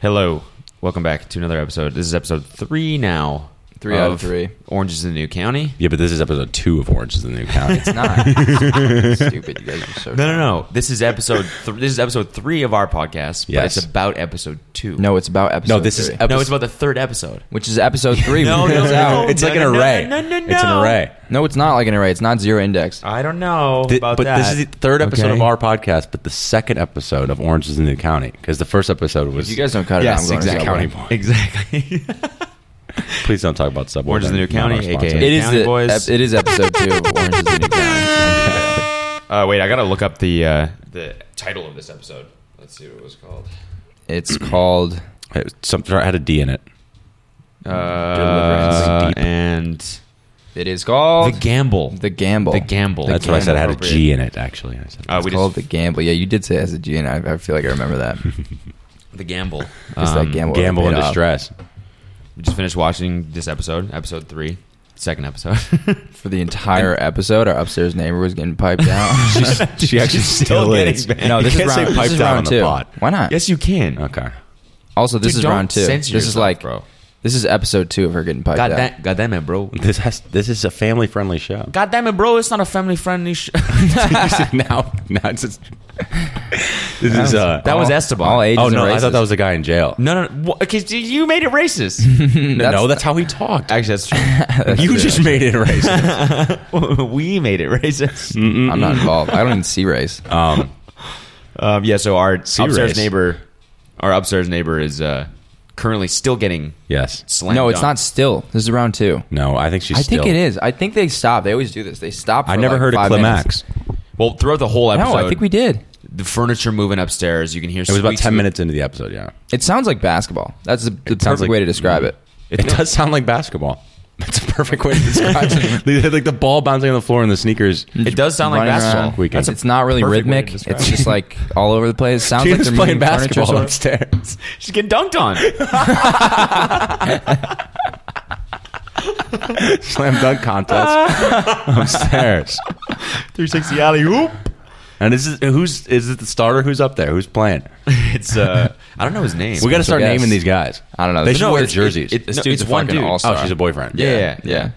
Hello, welcome back to another episode. This is episode three now. Three out of three. Orange is the new county. Yeah, but this is episode two of Orange is the New County. It's not It's stupid. You guys are so No, no, no. This is episode. Th- this is episode three of our podcast. Yes. but it's about episode two. No, it's about episode. No, this is three, ep- no, it's about the third episode. which is episode three. No, when it no, comes no. out. it's like an No, no, no, array. no, no, It's an no. array. No, it's not like an array. It's not zero index. I don't know Thi- about but that. this is the third episode Okay. of our podcast, but the second episode of Orange is the New County because the first episode was If you guys don't cut it, Yes, I'm going exactly. to County Subway. Boy. exactly. Please don't talk about Subway. Orange is the New They're not County, our sponsor. aka- It is County the, Boys. ep- it is episode two. Of Orange is the New Brown. uh, wait, I gotta look up the uh, the title of this episode. Let's see what it was called. It's called. It was something had a D in it. Uh, Deep. and It is called the gamble. the gamble. The gamble. That's what what I said. It had a appropriate. G in it. Actually, I said. Uh, It's we called just, the gamble. Yeah, you did say it as a G, and I, I feel like I remember that. the gamble. Um, It's that gamble. Um, Gamble in Paid off. distress. We just finished watching this episode, episode three, second episode. For the entire episode, our upstairs neighbor was getting piped out. She actually still getting is. banned. no, this is You can't say round. This piped is out round on the two. pod. Why not? yes, you can. Okay. Also, this Dude, is don't round two. This censor is yourself, like bro. this is episode two of her getting piped God, out. that, God damn it, bro. This has. This is a family friendly show. God damn it, bro. It's not a family friendly show. now, now it's. Just, this is uh, That was Esteban. All ages Oh no! are I thought racist. that was the guy in jail. no, no, no. Wha- Okay, so you made it racist. No, no, that's how he talked. Actually, that's true. you just made it racist. we made it racist. I'm not involved. I don't even see race. um, um, yeah, so our upstairs race. neighbor, our upstairs neighbor is uh, currently still getting yes. slammed. No, it's not still. This is round two. No, I think she's. I think still- it is. I think they stop. They always do this. They stop. I for, never like, heard a five climax. Well, throughout the whole minutes. episode, No, I think we did. the furniture moving upstairs. You can hear. It was about ten minutes into the episode. Yeah, It sounds like basketball. That's the, the perfect sounds like- Mm. way to describe it. it, does sound like basketball. That's a perfect way to describe it. They had, like the ball bouncing on the floor and the sneakers. It does sound like Running basketball. around. Weekend. That's a it's not really perfect way to rhythmic. describe It's it. just like all over the place. It sounds She like was they're playing moving furniture basketball sort of- upstairs. She's getting dunked on. Slam dunk contest upstairs. 360 alley hoop. And this is who's is it the starter? Who's up there? Who's playing? It's uh, I don't know his name. We got to start guest. naming these guys. I don't know. They This- should no, wear it's- jerseys. it- it- This no, dude's it's a one fucking dude. all-star. oh, she's a boyfriend. Yeah, yeah, yeah. Yeah.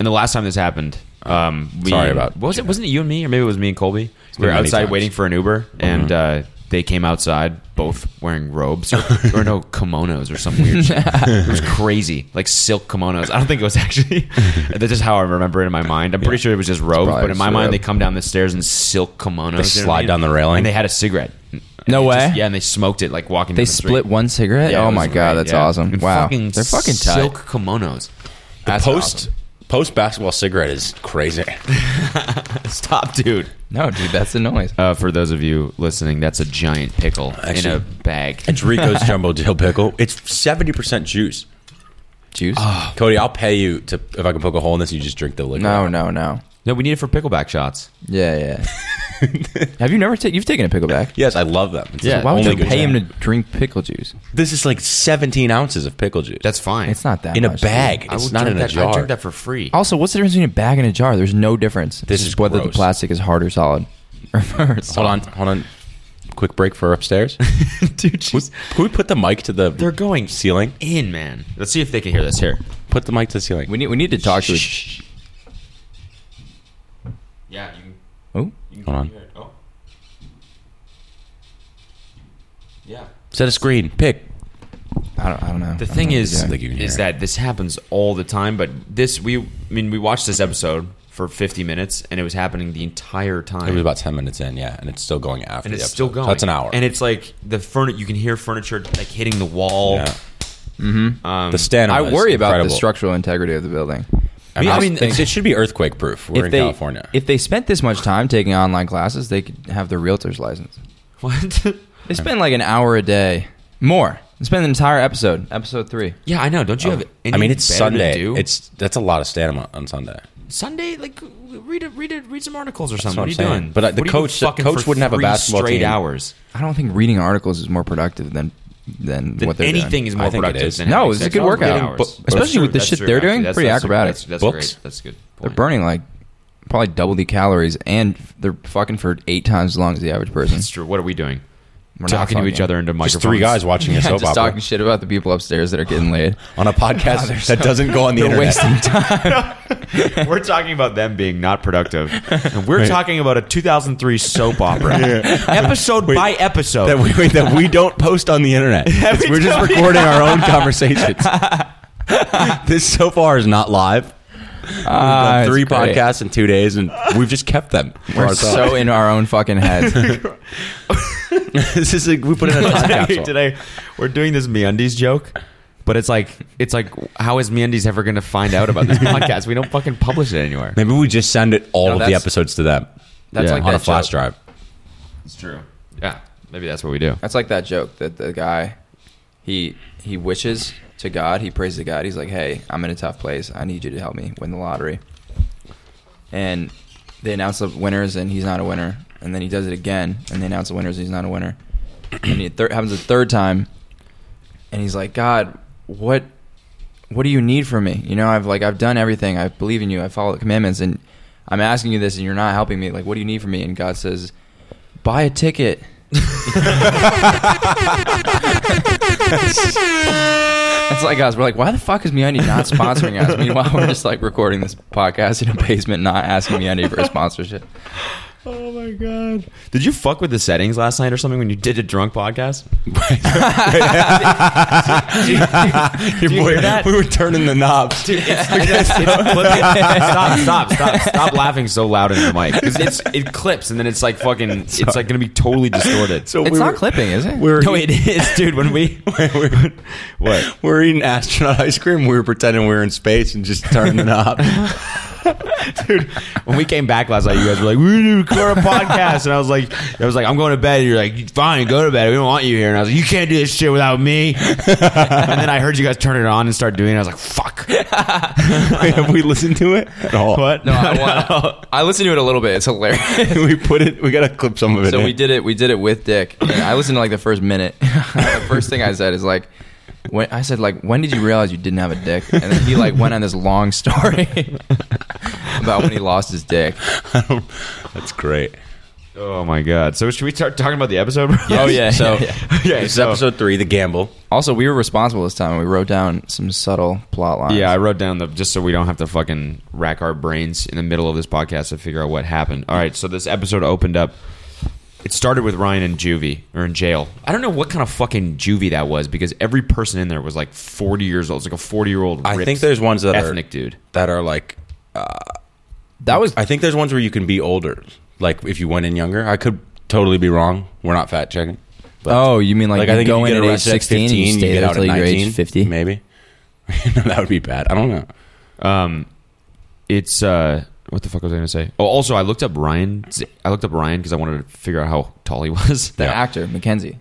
And the last time this happened, um, we, Sorry about- what was it? Wasn't it you and me, or maybe it was me and Colby? We been were many outside times. waiting for an Uber, and uh, they came outside both wearing robes or, or no kimonos or some weird. shit. It was crazy, like silk kimonos. I don't think it was actually. That's just how I remember it in my mind. I'm pretty sure it was just robes, probably but in my just mind, robe. they come down the stairs in silk kimonos. They you know what I slide mean? down the railing. and they had a cigarette. And No they way. just- yeah, and they smoked it like walking. Eh? They down the street. split one cigarette. Yeah, it oh was my great, god, that's yeah. awesome! And Wow, fucking they're fucking tight. silk kimonos. The That's post awesome. post basketball cigarette is crazy. Stop, dude. No, dude, that's the noise. Uh, for those of you listening, that's a giant pickle Actually- in a bag. It's Rico's jumbo dill pickle. It's seventy percent juice. Juice? Oh, Cody, I'll pay you to if I can poke a hole in this. You just drink the liquor. no, no, no. No, we need it for pickleback shots. Yeah, yeah. Have you never taken? You've taken a pickleback. Yes, I love them. It's Yeah, the Why would only you good pay him to snack. drink pickle juice? This is like seventeen ounces of pickle juice. That's fine. It's not that in a much, bag. dude. I It's would not drink in a that, I jar. drink that for free. Also, what's the difference between a bag and a jar? There's no difference. This is whether the gross. plastic is hard or solid. Or Hold solid. on, hold on. Quick break for upstairs. dude, we, she's- can we put the mic to the? they're going ceiling. in, man. Let's see if they can hear this here. Put the mic to the ceiling. We need we need to talk to. each- Shh. Yeah, you can, Oh, you Hold on. hear it. Oh. Yeah. Set a screen. Pick. I don't I don't know. The thing is, think you can hear is it. that this happens all the time. But this, we, I mean, we watched this episode for 50 minutes, and it was happening the entire time. It was about ten minutes in, yeah, and it's still going after. and the it's episode. still So going. that's an hour. And it's like the furniture. You can hear furniture like hitting the wall. yeah. Mm-hmm. the stand. I was worry about incredible. the structural integrity of the building. I mean, I I mean, mean it's- it should be earthquake proof. We're in they California. if they spent this much time taking online classes, they could have their realtor's license. What? They spend like an hour a day, more. They spend an entire episode, episode three. yeah, I know. Don't you have? Any Oh. I mean, it's better Sunday. To do? It's that's a lot of stamina on Sunday. Sunday. Like read it, read it, read some articles or what something. I'm what are you saying. doing? But, uh, What the are you coach- the fucking coach for wouldn't have a three basketball straight team. hours. I don't think reading articles is more productive than than, Then what they're anything doing. is more I think it productive. is. Than No, having it's a sex good all workout. eight hours. But- especially That's true, with the that's shit true, they're actually. doing, That's- pretty that's a- acrobatic. That's, that's a Books. great. That's a good. They're Point. burning like probably double the calories, and they're fucking for eight times as long as the average person. That's true. What are we doing? We're not talking to fucking. each other into microphones. Just three guys watching Yeah, a soap just opera talking shit about the people upstairs that are getting laid. on a podcast so- that doesn't go on the They're internet. wasting time. we're talking about them being not productive, and we're talking about a 2003 soap opera, episode by episode. That we, wait, that we don't post on the internet. we We're just don't, recording our own conversations. this so far is not live. Ah, it's Three great. podcasts in two days, and we've just kept them. for We're ourselves. so in our own fucking heads. this is like we put in a time today, capsule. today we're doing this MeUndies joke, but it's like it's like how is MeUndies ever going to find out about this podcast? We don't fucking publish it anywhere. Maybe we just send it all No, of the that's- episodes to them. that's Yeah, like on that a flash joke. drive. It's true. Yeah, maybe that's what we do. That's like that joke that the guy he he wishes to God, he prays to God. He's like, "Hey, I'm in a tough place. I need you to help me win the lottery." And they announce the winners, and he's not a winner. And then he does it again, and they announce the winners, and he's not a winner. And it thir- happens a third time, and he's like, "God, what, what do you need from me? You know, I've like I've done everything. I believe in you. I follow the commandments, and I'm asking you this, and you're not helping me. Like, what do you need from me?" And God says, "Buy a ticket." That's like us. We're like, why the fuck is MeUndy not sponsoring us? Meanwhile, we're just like recording this podcast in a basement, not asking MeUndy for a sponsorship. Oh my god! Did you fuck with the settings last night or something when you did a drunk podcast? Your you boy- hear that? We were turning the knobs. stop, stop, stop, stop laughing so loud in the mic. 'Cause it's, it clips and then it's like fucking, it's like gonna be totally distorted. So It's we not were- clipping, is it? we were- no, it is, dude. When we, what? We were eating astronaut ice cream. We were pretending we were in space and just turning the knob. Dude, when we came back last night, you guys were like, "We need to record a podcast," and I was like, "I was like, I'm going to bed." And you're like, "Fine, go to bed. We don't want you here." And I was like, "You can't do this shit without me." and then I heard you guys turn it on and start doing it. I was like, "Fuck." Wait, have we listened to it at all? What? No, I, want, I listened to it a little bit. It's hilarious. we put it. We gotta clip some of it. So in. we did it. We did it with Dick. And I listened to like the first minute. the first thing I said is like, when I said like, when did you realize you didn't have a dick? And then he like went on this long story about when he lost his dick. That's great. Oh my god. So should we start talking about the episode? bro? Oh, yeah, So yeah, yeah. this is so- episode three, the gamble. Also, we were responsible this time. We wrote down some subtle plot lines. Yeah, I wrote down the just so we don't have to fucking rack our brains in the middle of this podcast to figure out what happened. All right, so this episode opened up. It started with Ryan in juvie or in jail. I don't know what kind of fucking juvie that was because every person in there was like forty years old. It's like a forty year old. I think there's ones that ethnic are dude. that are like. that was I think there's ones where you can be older. Like if you went in younger, I could totally be wrong. We're not fact checking. But Oh, you mean like, like you I think go you in get at age arrested at 16 and 15, you stay get there out till at you're 19, age 50? maybe. no, that would be bad. I don't know. Um, it's uh, what the fuck was I gonna say? Oh, also I looked up Ryan. I looked up Ryan because I wanted to figure out how tall he was. The actor, Mackenzie.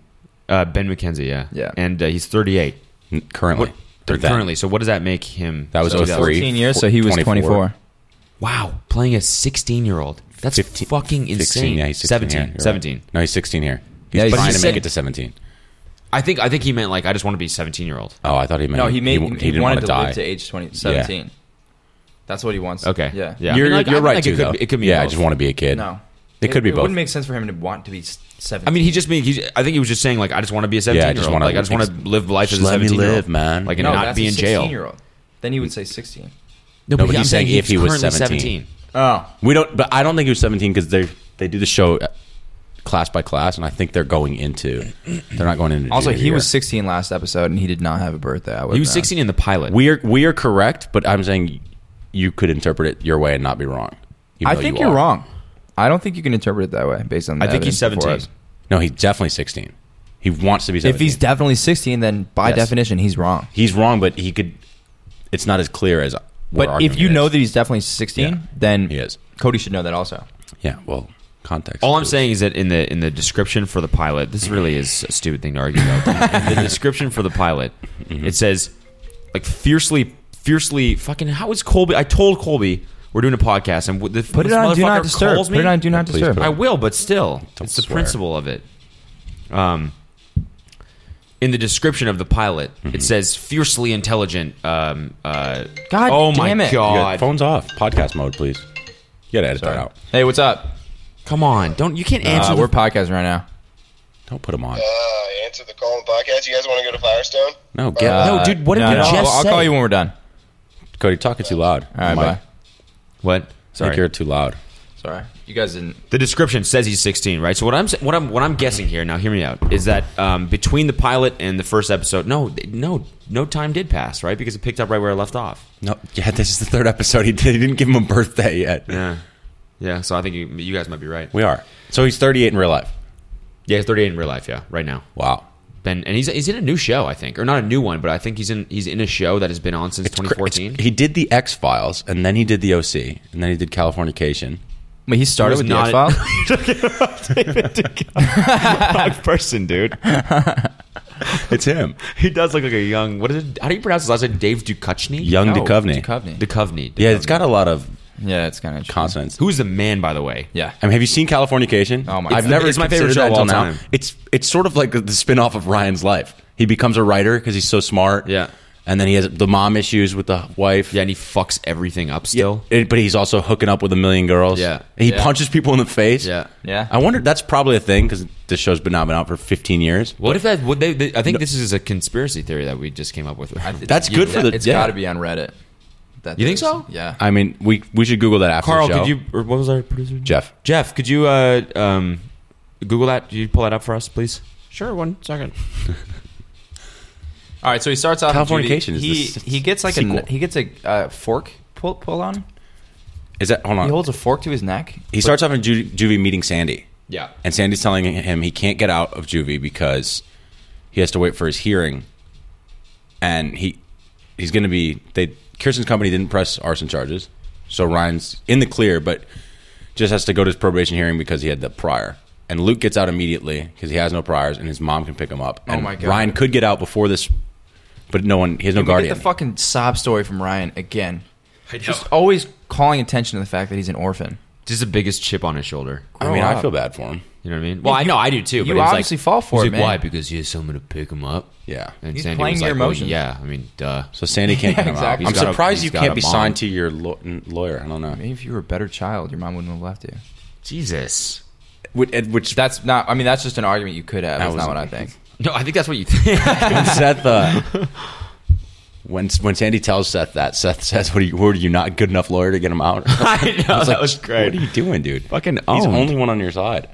Uh, ben McKenzie, yeah, Yeah. and uh, he's thirty eight Currently, Or then. currently. So what does that make him? That was so 03. 14 years, so he was 24. 24. Wow, playing a 16 year old. That's 15 fucking insane. 16, yeah, he's 16 17. here. You're right. 17. No, he's 16 here. He's Yeah, he's- trying he's to make sick. it to 17. I think I think he meant like I just want to be 17 year old. Oh, I thought he meant No, he made he, he, didn't wanted to, want to die. live to age 20, 17. That's what he wants. Okay. Yeah. Yeah. I You're, mean, like, I you're mean, right like, it too. could though. be- it could be yeah, I both. just want to be a kid. No. It could be It both. wouldn't make sense for him to want to be 17. I mean, he just mean he, I think he was just saying like I just want to be a 17 Yeah, I year just old. wanna- Like I just want to live life Just as a let me 17 year old live, man. Like and no, not that's be a in jail. 16 year old. Then he would say 16. No, but I'm he's saying if he was currently 17. Oh. We don't, but I don't think he was 17 because they they do the show uh, class by class, and I think they're going into they're not going into. Also, junior he was year. 16 last episode and he did not have a birthday. I He was 16 in the pilot. We are we are correct, but I'm saying you could interpret it your way and not be wrong. even I though think you you are are. wrong. I don't think you can interpret it that way based on the I think he's evidence before 17. us. No, he's definitely 16. He wants to be 17. If he's definitely 16, then by Yes. definition, he's wrong. he's wrong, but he could. It's not as clear as. we're But if arguing you it know is. that he's definitely 16, Yeah. then He is. Cody should know that also. yeah, well, context. All I'm clues. saying is that in the in the description for the pilot, this really is a stupid thing to argue about. in the description for the pilot, Mm-hmm. it says like fiercely, fiercely fucking. How is Colby? I told Colby we're doing a podcast, and the, Put this it on motherfucker Do Not Disturb. calls Put it me- on Do Not Please Disturb. put it I will, but still, Don't it's the swear. principle of it. Um, in the description of the pilot, Mm-hmm. it says fiercely intelligent. Um, uh, God oh damn my it. You got- god! phones off. Podcast mode, please. You gotta edit that out. Hey, what's up? Come on, don't you can't Uh, answer. the- we're podcasting right now. Don't put him on. Uh, answer the call on the podcast. You guys want to go to Firestone? No, get Uh, no, No, dude, what did you I'll- just I'll, say? call you when we're done. Cody, you're talking too loud. All right, Mike, bye. What? I think Sorry. you're too loud. Sorry, you guys didn't. The description says he's 16, right? So what I'm what I'm what I'm guessing here now, hear me out, is that um, between the pilot and the first episode, no, no, no time did pass, right? Because it picked up right where it left off. No, yeah, this is the third episode. He, did, he didn't give him a birthday yet. Yeah, yeah. So I think you, you guys might be right. We are. So he's 38 in real life. Yeah, he's 38 in real life. Yeah, right now. Wow. Ben, and he's he's in a new show, I think, or not a new one, but I think he's in he's in a show that has been on since It's cra- it's- 2014. he did the X Files, and then he did the OC, and then he did Californication. Wait, he It started was with the not- X file. Wrong person, dude. It's him, He does look like a young. What is it? How do you pronounce his last name? Dave Duchovny. Young No, Duchovny. Duchovny. Duchovny. Yeah, it's got a lot of Yeah, it's kind of consonants. Who's the man, by the way? Yeah, I mean, have you seen Californication? Oh my I've God. never. It's my favorite considered show of that all till now. time. It's it's sort of like the spin-off of Ryan's life. He becomes a writer because he's so smart. Yeah. and then he has the mom issues with the wife. Yeah, and he fucks everything up Yeah, still. it- but he's also hooking up with a million girls. Yeah. he Yeah. punches people in the face. Yeah. Yeah. I wonder. That's probably a thing because this show's been not been out for 15 years. What if that? What they, they- I think this is a conspiracy theory that we just came up with. That's good for the. It's yeah. got to be on Reddit. That You think there's- so? Yeah. I mean, we we should Google that after Carl, the show. could you? Or what was our producer? Jeff? Jeff, could you uh, um, Google that? Could you pull that up for us, please? Sure. One second. All right, so he starts off. with Californication Judy. is the he he gets like a sequel. he gets a uh, fork pull pull on. Is that hold on? He He, holds a fork to his neck. Uh, starts off in ju- juvie meeting Sandy, Yeah. and Sandy's telling him he can't get out of juvie because he has to wait for his hearing, and he he's going to be they Kirsten's company didn't press arson charges, so Ryan's in the clear, but just has to go to his probation hearing because he had the prior. And Luke gets out immediately because he has no priors, and his mom can pick him up. And my God. Ryan could get out before this, but no one he has no We get guardian. the fucking sob story from Ryan again. Just always calling attention to the fact that he's an orphan. Just the biggest chip on his shoulder. I mean, grow I up. feel bad for him. You know what I mean? Well, I know I do too. you but it was obviously like, fall he's for it, like, man. Why? Because he has someone to pick him up. Yeah. And He's Sandy playing was your like, well, emotions. yeah. I mean, duh. So Sandy can't get him out. Exactly. I'm He's got a- surprised he's you got can't a be mom. signed to your law- n- lawyer. I don't know. Maybe if you were a better child, your mom wouldn't have left you. Jesus. Which, and which That's not. I mean, that's just an argument you could have. That That's not was- what I think. No, I think that's what you think. when Seth uh, when when Sandy tells Seth that Seth says, "What are you? Were you not good enough lawyer to get him out?" I know. that was What great. are you doing, dude? Fucking He's the owned. only one on your side.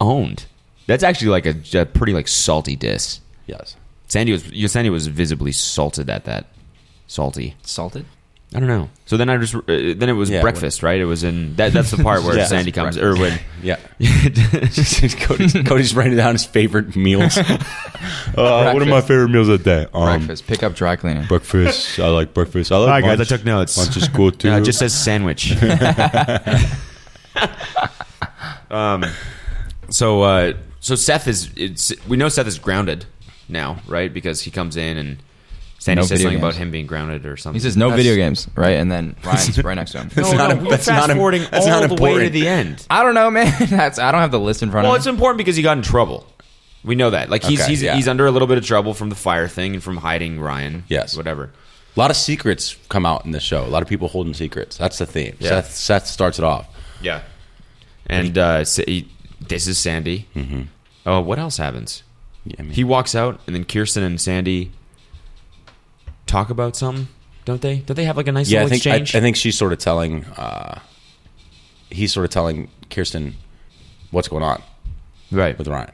Owned. That's actually like a, a pretty like salty diss. Yes. Sandy was you- Sandy was visibly salted at that. Salty. Salted. I don't know. So then I just uh, then it was Yeah, breakfast, right? It was in that. That's the part where Yeah. Sandy comes or when. Yeah. Cody's, Cody's writing down his favorite meals. one of my favorite meals Uh, of the day. Um, Breakfast. Pick up dry cleaning. Breakfast. I like breakfast. I like All right, guys, lunch. I took notes. Lunch is cool too. No, it just says sandwich. um, so uh, so Seth is it's, we know Seth is grounded now, right? Because he comes in and Sandy No says video something about games. him being grounded or something. He says no That's- video games, right? And then Ryan's right next to him. No, That's not no, im- we were that's not im- fast forwarding that's all not the way to important. the end. I don't know, man. That's I don't have the list in front Well, of it's me. important because he got in trouble. We know that. Like he's Okay, he's yeah. he's under a little bit of trouble from the fire thing and from hiding Ryan. Yes. whatever. A lot of secrets come out in the show. A lot of people holding secrets. That's the theme. Yeah. Seth, Seth starts it off. Yeah. And uh, sa- he- this is Sandy. Mm-hmm. Oh, what else happens? Yeah, I mean, He walks out, and then Kirsten and Sandy talk about something, don't they? Don't they have like a nice yeah, I little think I, exchange? I think she's sort of telling uh, he's sort of telling Kirsten what's going on right. with Ryan,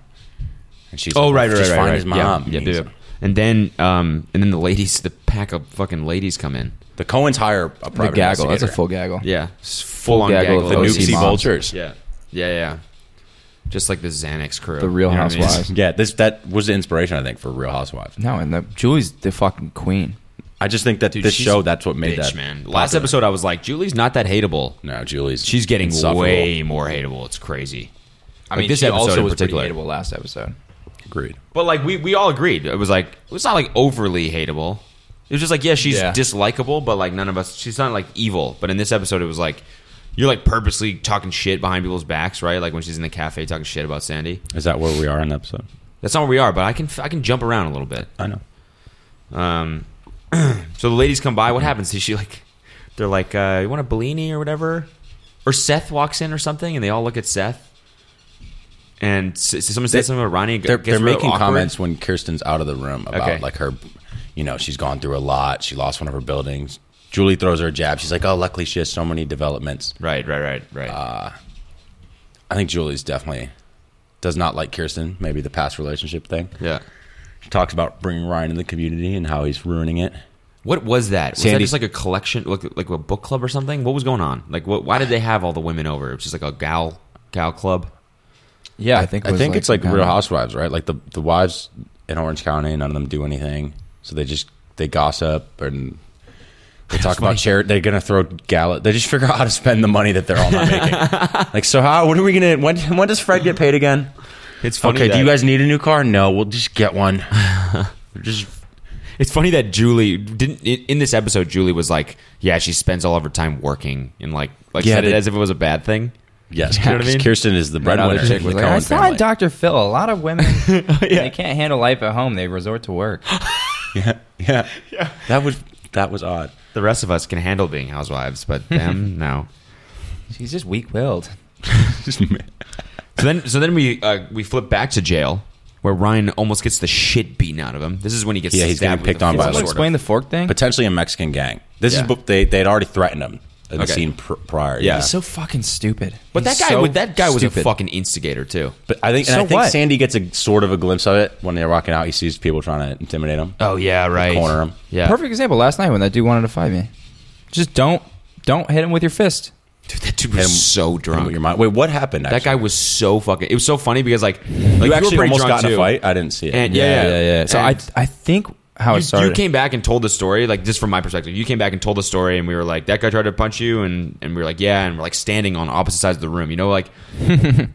and she's Oh, like, right, right, just right, find right. his Yeah, mom. Yeah, And yeah, he's- yeah. And then, um, and then the ladies, the pack of fucking ladies come in. The Cohens hire a private the gaggle. That's a investigator. full gaggle. Yeah, full on gaggle gaggle. of the of OC Nupsy OCs. moms. Vultures. Yeah, yeah, yeah. Just like the Xanax crew, The Real You know what I mean? Housewives. Yeah, this that was the inspiration I think for Real Housewives. No, and the, Julie's the fucking queen. I just think that Dude, this she's show that's what made Bitch, that man. Last popular. episode, I was like, Julie's not that hateable. No, Julie's She's getting insufferable. way more hateable. It's crazy. I Like mean, this she episode also in was pretty particular. hateable last episode. agreed. But like we we all agreed, it was like it was not like overly hateable. It was just like yeah, she's Yeah. dislikable, but like none of us. She's not like evil. But in this episode, it was like you're like purposely talking shit behind people's backs, right? Like when she's in the cafe talking shit about Sandy. Is that where we are in the episode? That's not where we are, but I can I can jump around a little bit. I know. Um, so the ladies come by. What happens? Is she like? They're like, uh, you want a Bellini or whatever? Or Seth walks in or something, and they all look at Seth. and s- s- someone said They- something about Ronnie. They're, they're making comments. comments when Kirsten's out of the room about Okay. like her, you know, she's gone through a lot. She lost one of her buildings. Julie throws her a jab. She's like, "Oh, luckily she has so many developments." Right, right, right, right. Uh, I think Julie's definitely does not like Kirsten. Maybe the past relationship thing. yeah. She talks about bringing Ryan in the community and how he's ruining it. What was that? Was that Sandy- just like a collection, like, like a book club or something? What was going on? Like, what, why did they have all the women over? It was just like a gal gal club. Yeah, I think it I was think it's like kinda- Real Housewives, right? Like the the wives in Orange County, none of them do anything, so they just they gossip and they talk about charity. They're gonna throw gala. They just figure out how to spend the money that they're all not making. like, so how? What are we gonna? When when does Fred get paid again? It's funny. Okay, that, do you guys need a new car? No, we'll just get one. just It's funny that Julie didn't in, in this episode. Julie was like, "Yeah, she spends all of her time working," and like, like Yeah, said it they- as if it was a bad thing. yes, You know what I mean? Kirsten is the Another breadwinner. chick in was the like, I Cohen saw family. Dr. Phil. A lot of women, Yeah. they can't handle life at home. They resort to work. yeah, yeah, That was that was odd. The rest of us can handle being housewives, but them, no. She's just weak-willed. So then, so then we uh, we flip back to jail, where Ryan almost gets the shit beaten out of him. This is when he gets Yeah, he's stabbed getting with picked the on by fork, Sort Someone of. sort explain the fork thing. potentially a Mexican gang. This Yeah. is what they they'd already threatened him in the Okay. scene pr- prior. to Yeah. this. so fucking stupid. But that He's guy, so would that guy was a stupid. fucking instigator too. but I think and So I think what? Sandy gets a sort of a glimpse of it when they're walking out. He sees people trying to intimidate him. Oh yeah, right. corner him. Yeah, Perfect example. Last night when that dude wanted to fight me, just don't don't hit him with your fist. Dude, that dude Hit was him- so Hit him drunk. with your mind. Wait, what happened? That actually? guy was so fucking. It was so funny because like, like, you were actually pretty almost drunk, got in too. a fight. I didn't see it. And- yeah, yeah, yeah. So And- I I think how it you, started. you came back and told the story, like just from my perspective. You came back and told the story, and we were like, "That guy tried to punch you," and and we were like, "Yeah," and we're like standing on opposite sides of the room. You know, like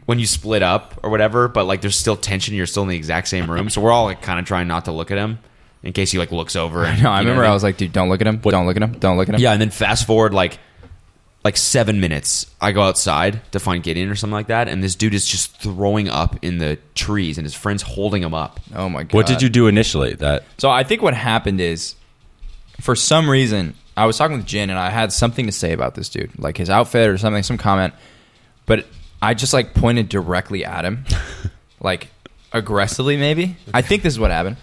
when you split up or whatever, but like there's still tension. You're still in the exact same room, so we're all like kind of trying not to look at him in case he like looks over. And, no, I you know remember what I was like, dude, don't look at him. Don't look at him. Don't look at him. yeah, and then fast forward like like seven minutes. I go outside to find Gideon or something like that, and this dude is just throwing up in the trees, and his friends holding him up. Oh my god. What did you do initially? That So I think what happened is, for some reason, I was talking with Jin and I had something to say about this dude, like his outfit or something, some comment. But I just like pointed directly at him, like aggressively, maybe. I think this is what happened,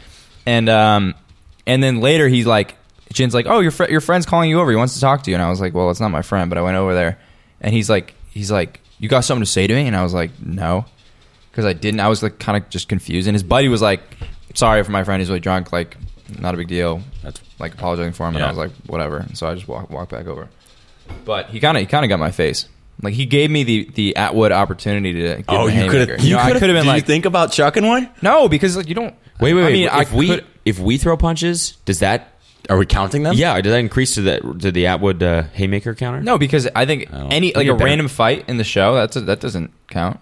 and um, and then later he's like, Jin's like, oh, your fr- your friend's calling you over. He wants to talk to you, and I was like, well, it's not my friend, but I went over there, and he's like, he's like, you got something to say to me, and I was like, no because I didn't. I was like kind of just confused. And his buddy was like, "Sorry for my friend who's really drunk. Like, not a big deal. that's Like apologizing for him." And I Yeah. was like, "Whatever." And so I just walked walked back over. But he kind of he kind of got my face. Like he gave me the the Atwood opportunity to. Give oh him a you could haymaker. have You know, I could have been did like, you think about chucking one? "No," because like you don't. Wait, wait, wait. I mean, I if we could- if we throw punches, does that Are we counting them? yeah? Does that increase to the to the Atwood uh, haymaker counter? no because I think don't- any like You're a better. random fight in the show that's a, that doesn't count.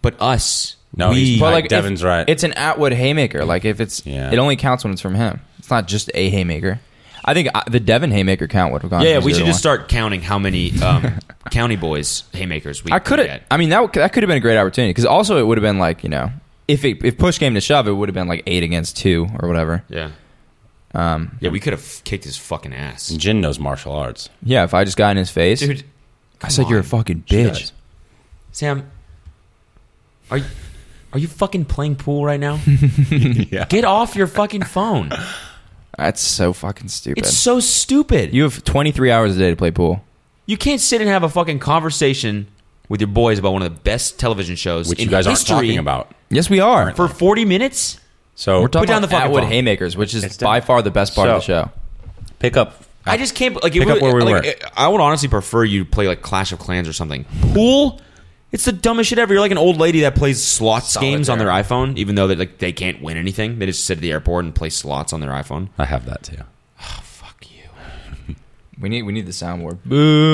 but us. No, we, he's- But Like, like if- Devin's right. It's an Atwood haymaker. Like if it's Yeah. it only counts when it's from him. It's not just a haymaker. I think uh, the Devin haymaker count would have gone. yeah, yeah, to we the should other just one. start counting how many um, county boys haymakers we I could have. get. I mean, that would- that could have been a great opportunity because also it would have been like you know if it, if push came to shove, it would have been like eight against two or whatever. yeah, Um, yeah, we could have kicked his fucking ass, Jin knows martial arts. yeah, if I just got in his face, dude. I said come you're a on. fucking She bitch. does. Sam, are you, are you fucking playing pool right now? yeah. Get off your fucking phone. That's so fucking stupid. It's so stupid. You, you have 23 hours a day to play pool. you can't sit and have a fucking conversation with your boys about one of the best television shows Which in you guys aren't history talking about. Yes, we are. for 40 minutes. So We're talking down about the fucking Atwood phone. haymakers, which is It's by done. far the best part of the show. pick up. I just can't like it Pick really, up where we like, were. I would honestly prefer you play like Clash of Clans or something. Pool, it's the dumbest shit ever. You're like an old lady that plays slots games on their iPhone, even though they like they can't win anything. They just sit at the airport and play slots on their iPhone. I have that too. Fuck you. We need we need the soundboard.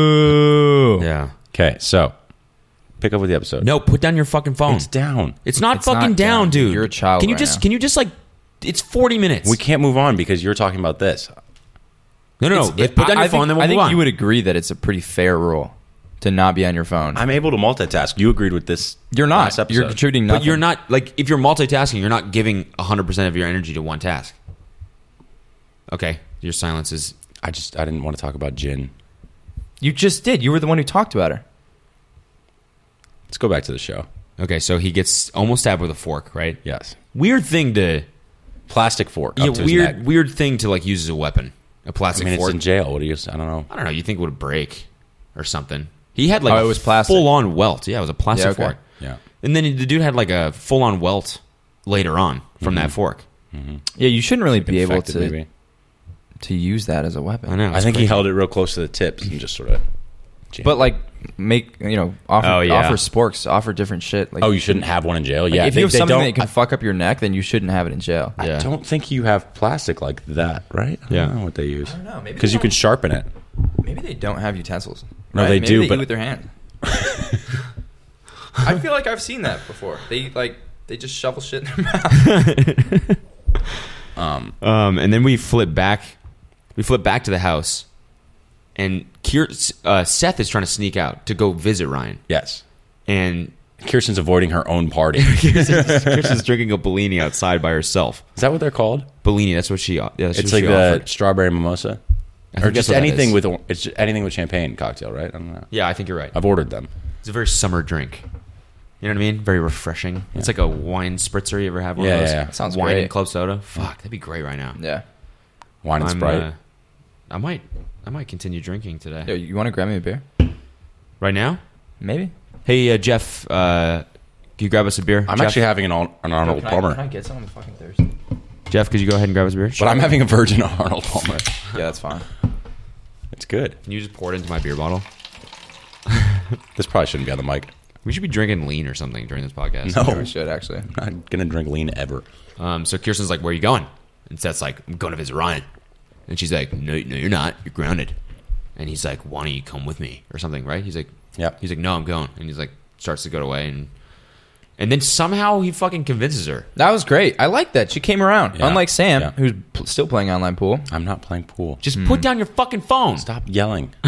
Boo. Yeah. Okay, so pick up with the episode. No, put down your fucking phone. it's down. It's not It's fucking not down, down. dude. You're a child Can you right just now. can you just like it's 40 minutes. We can't move on because you're talking about this. no, no, no. It's- Like, put down I, your I phone think, then we'll I think move on. you would agree that it's a pretty fair rule to not be on your phone. I'm able to multitask. You agreed with this. you're last not. episode. You're contributing nothing. but you're not like if you're multitasking, you're not giving 100% of your energy to one task. Okay. Your silence is I just I didn't want to talk about gin. You just did. You were the one who talked about her. Let's go back to the show. Okay, so he gets almost stabbed with a fork, right? Yes. Weird thing to Plastic fork. Up yeah, to his weird neck. weird thing to like use as a weapon. A I plastic mean, it's fork. in jail. What do you? I don't know. I don't know. You think it would break or something? He had like Oh, a it was plastic. full on welt. Yeah, it was a plastic Yeah, okay. fork. Yeah. And then the dude had like a full on welt later on Hmm. from that fork. Yeah, you shouldn't really be able Infected, to maybe. to use that as a weapon. I know. I think he held it real close to the tips and just sort of. But like, make you know, offer Oh, yeah. offer sporks, offer different shit. Like, oh, you shouldn't have one in jail. like, yeah, if they- you have they something don't- that can fuck up your neck, then you shouldn't have it in jail. I, Yeah. I don't think you have plastic like that, right? I Yeah. don't know what they use. I don't know, maybe because they you can don't- sharpen it. Maybe they don't have utensils. No, they Maybe do, They eat but- with their hand. I feel like I've seen that before. They like they just shovel shit in their mouth. Um, and then we flip back. We flip back to the house, and Kier, uh, Seth is trying to sneak out to go visit Ryan, Yes. and Kirsten's avoiding her own party. Kirsten's drinking a Bellini outside by herself. Is that what they're called? Bellini, that's what she. Yeah, that's what It's like she the offered. strawberry mimosa, I think or that's just what that anything is. with it's just anything with champagne cocktail, right? I don't know. Yeah, I think you're right. I've ordered them. It's a very summer drink. You know what I mean? Very refreshing. It's like a wine spritzer. You ever have one Yeah, of those? yeah, yeah. Sounds wine great. and club soda. Fuck, that'd be great right now. yeah. Wine and I'm, Sprite. uh, I might. I might continue drinking today. Yo, you want to grab me a beer? Right now? Maybe. Hey, uh, Jeff. Uh, can you grab us a beer? I'm Jeff? actually having an, Ar- an Arnold Can I- Palmer, can I get some on the fucking Thursday? Jeff, could you go ahead and grab us a beer? but I'm having a virgin Arnold Palmer. Yeah, that's fine. It's good. Can you just pour it into my beer bottle? This probably shouldn't be on the mic. We should be drinking lean or something during this podcast. No, Yeah, we should actually. I'm not gonna drink lean ever. Um, so Kirsten's like, "Where are you going?" And Seth's like, "I'm going to visit Ryan." And she's like, "No, no, you're not. You're grounded." And he's like, "Why don't you come with me or something?" Right? He's like, Yep. He's like, "No, I'm going." And he's like, starts to go away, and and then somehow he fucking convinces her. That was great. I like that. She came around. Yeah. Unlike Sam, Yeah. who's pl- still playing online pool. I'm not playing pool. Just Just put down your fucking phone. stop yelling.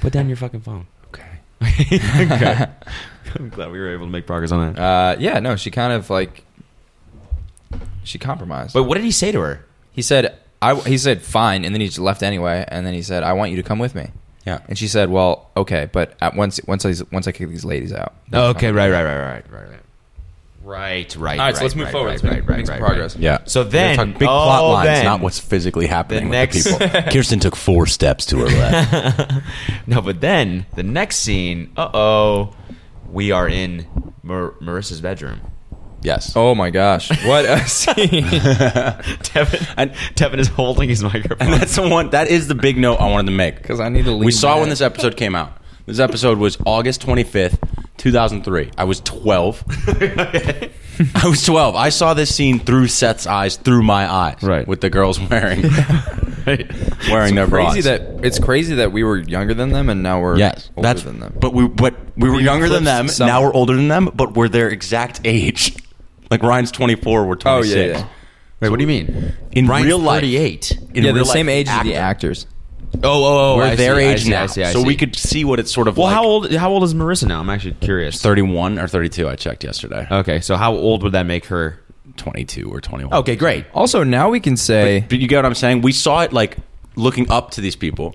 Put down your fucking phone. okay. okay. I'm glad we were able to make progress on that. Uh, yeah, no, she kind of like she compromised. But what did he say to her? He said, "I." He said, "Fine," and then he just left anyway. And then he said, "I want you to come with me." Yeah. And she said, "Well, okay, but at once once I once I kick these ladies out." Oh, okay, right, right, right, right, right, right, right, right. All right, so let's right, move right, forward. Right, Let's right, make- right, make some right, progress. right. Yeah. So We're then- talking big oh, plot lines, then. not what's physically happening The with the next- people. Kirsten took four steps to her left. No, but then the next scene. Uh oh, we are in Mar- Marissa's bedroom. yes. Oh my gosh, what a scene! Tevin and Tevin is holding his microphone. And that's the one. That is the big note I wanted to make. Because I need to. Lean we saw when back. this episode came out. This episode was August 25th, 2003. I was 12. I was 12. I saw this scene through Seth's eyes, through my eyes. Right. With the girls wearing wearing their bras. Crazy that it's crazy that we were younger than them and now we're yes. older That's, than them. But we but we were younger than them. eclipsed some. Now we're older than them, but we're their exact age. Like Ryan's 24, we're oh yeah, 26. yeah, yeah. Wait, what do you mean? In real life. 38. In yeah real the life, same age as the actor. actors. Oh, oh, oh. We're I their see, I age see, now. I see, I so we see. could see what it's sort of Well, like. how old? How old is Marissa now? I'm actually curious. 31 or 32, I checked yesterday. Okay, so how old would that make her? 22 or 21. great. Also, now we can say But you get what I'm saying? We saw it like looking up to these people,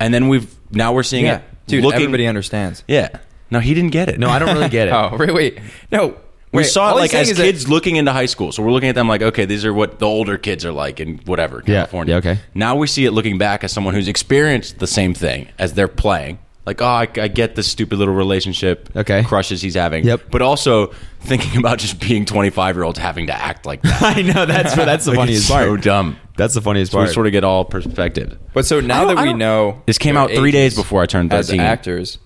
and then we've now we're seeing yeah, it. dude. looking, everybody understands. Yeah. No, he didn't get it. No, I don't really get it. Oh, wait, wait. No, We wait, saw it all he's like saying as is that- kids looking into high school. So we're looking at them like, okay, these are what the older kids are like in whatever, Yeah. California. Yeah, okay. Now we see it looking back as someone who's experienced the same thing as they're playing. Like, oh, I, I get this stupid little relationship Okay. crushes he's having. Yep. But also thinking about just being 25 year olds having to act like that. I know that's that's the Like, funniest it's part. So dumb. That's the funniest So we part. sort of get all perspective. But so I now don't- that I we don't- know This came their out three days ages before I turned as 13. actors,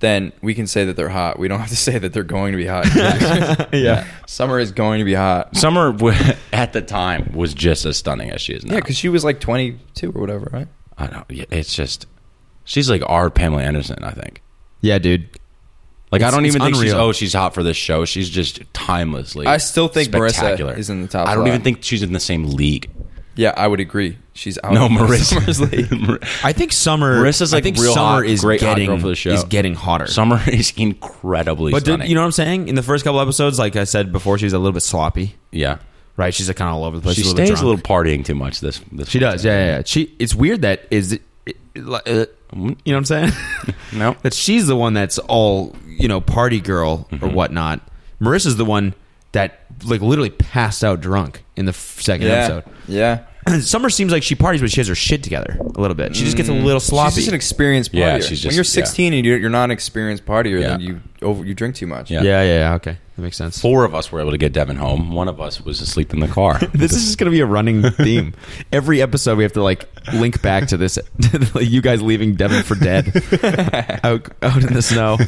then we can say that they're hot. We don't have to say that they're going to be hot. yeah. Summer is going to be hot. Summer w- at the time was just as stunning as she is now. Yeah, because she was like 22 or whatever, right? I don't. yeah, It's just she's like our Pamela Anderson. I think. Yeah, dude. Like I It's- don't even it's think she's unreal. oh she's hot for this show. She's just timelessly. I still think Marissa spectacular. is in the top I don't even slot. think she's in the same league. Yeah, I would agree. She's out. No, of Marissa. Summer's league. I think summer. Marissa's I like think real summer hot, is great hot getting girl for the show. is getting hotter. Summer is incredibly but stunning. did, you know what I'm saying? In the first couple episodes, like I said before, she was a little bit sloppy. yeah, Right? She's like kind of all over the place. she a little bit stays a drunk. little partying too much. This, this She does. Yeah, yeah. yeah. She. It's weird that is. It, it, like, uh, You know what I'm saying? No. that she's the one that's all you know party girl Mm-hmm. or whatnot. Marissa's the one that like literally passed out drunk in the f- second Yeah. episode. Yeah. Summer seems like she parties, but she has her shit together a little bit. She just Mm. gets a little sloppy. She's just an experienced partier. Yeah, she's when just- you're 16 and you're, you're not an experienced partier, Yeah. then you over you drink too much. Yeah. yeah, yeah, yeah. Okay, that makes sense. Four of us were able to get Devin home. One of us was asleep in the car. This is just going to be a running theme. Every episode, we have to like link back to this. like you guys leaving Devin for dead out, out in the snow,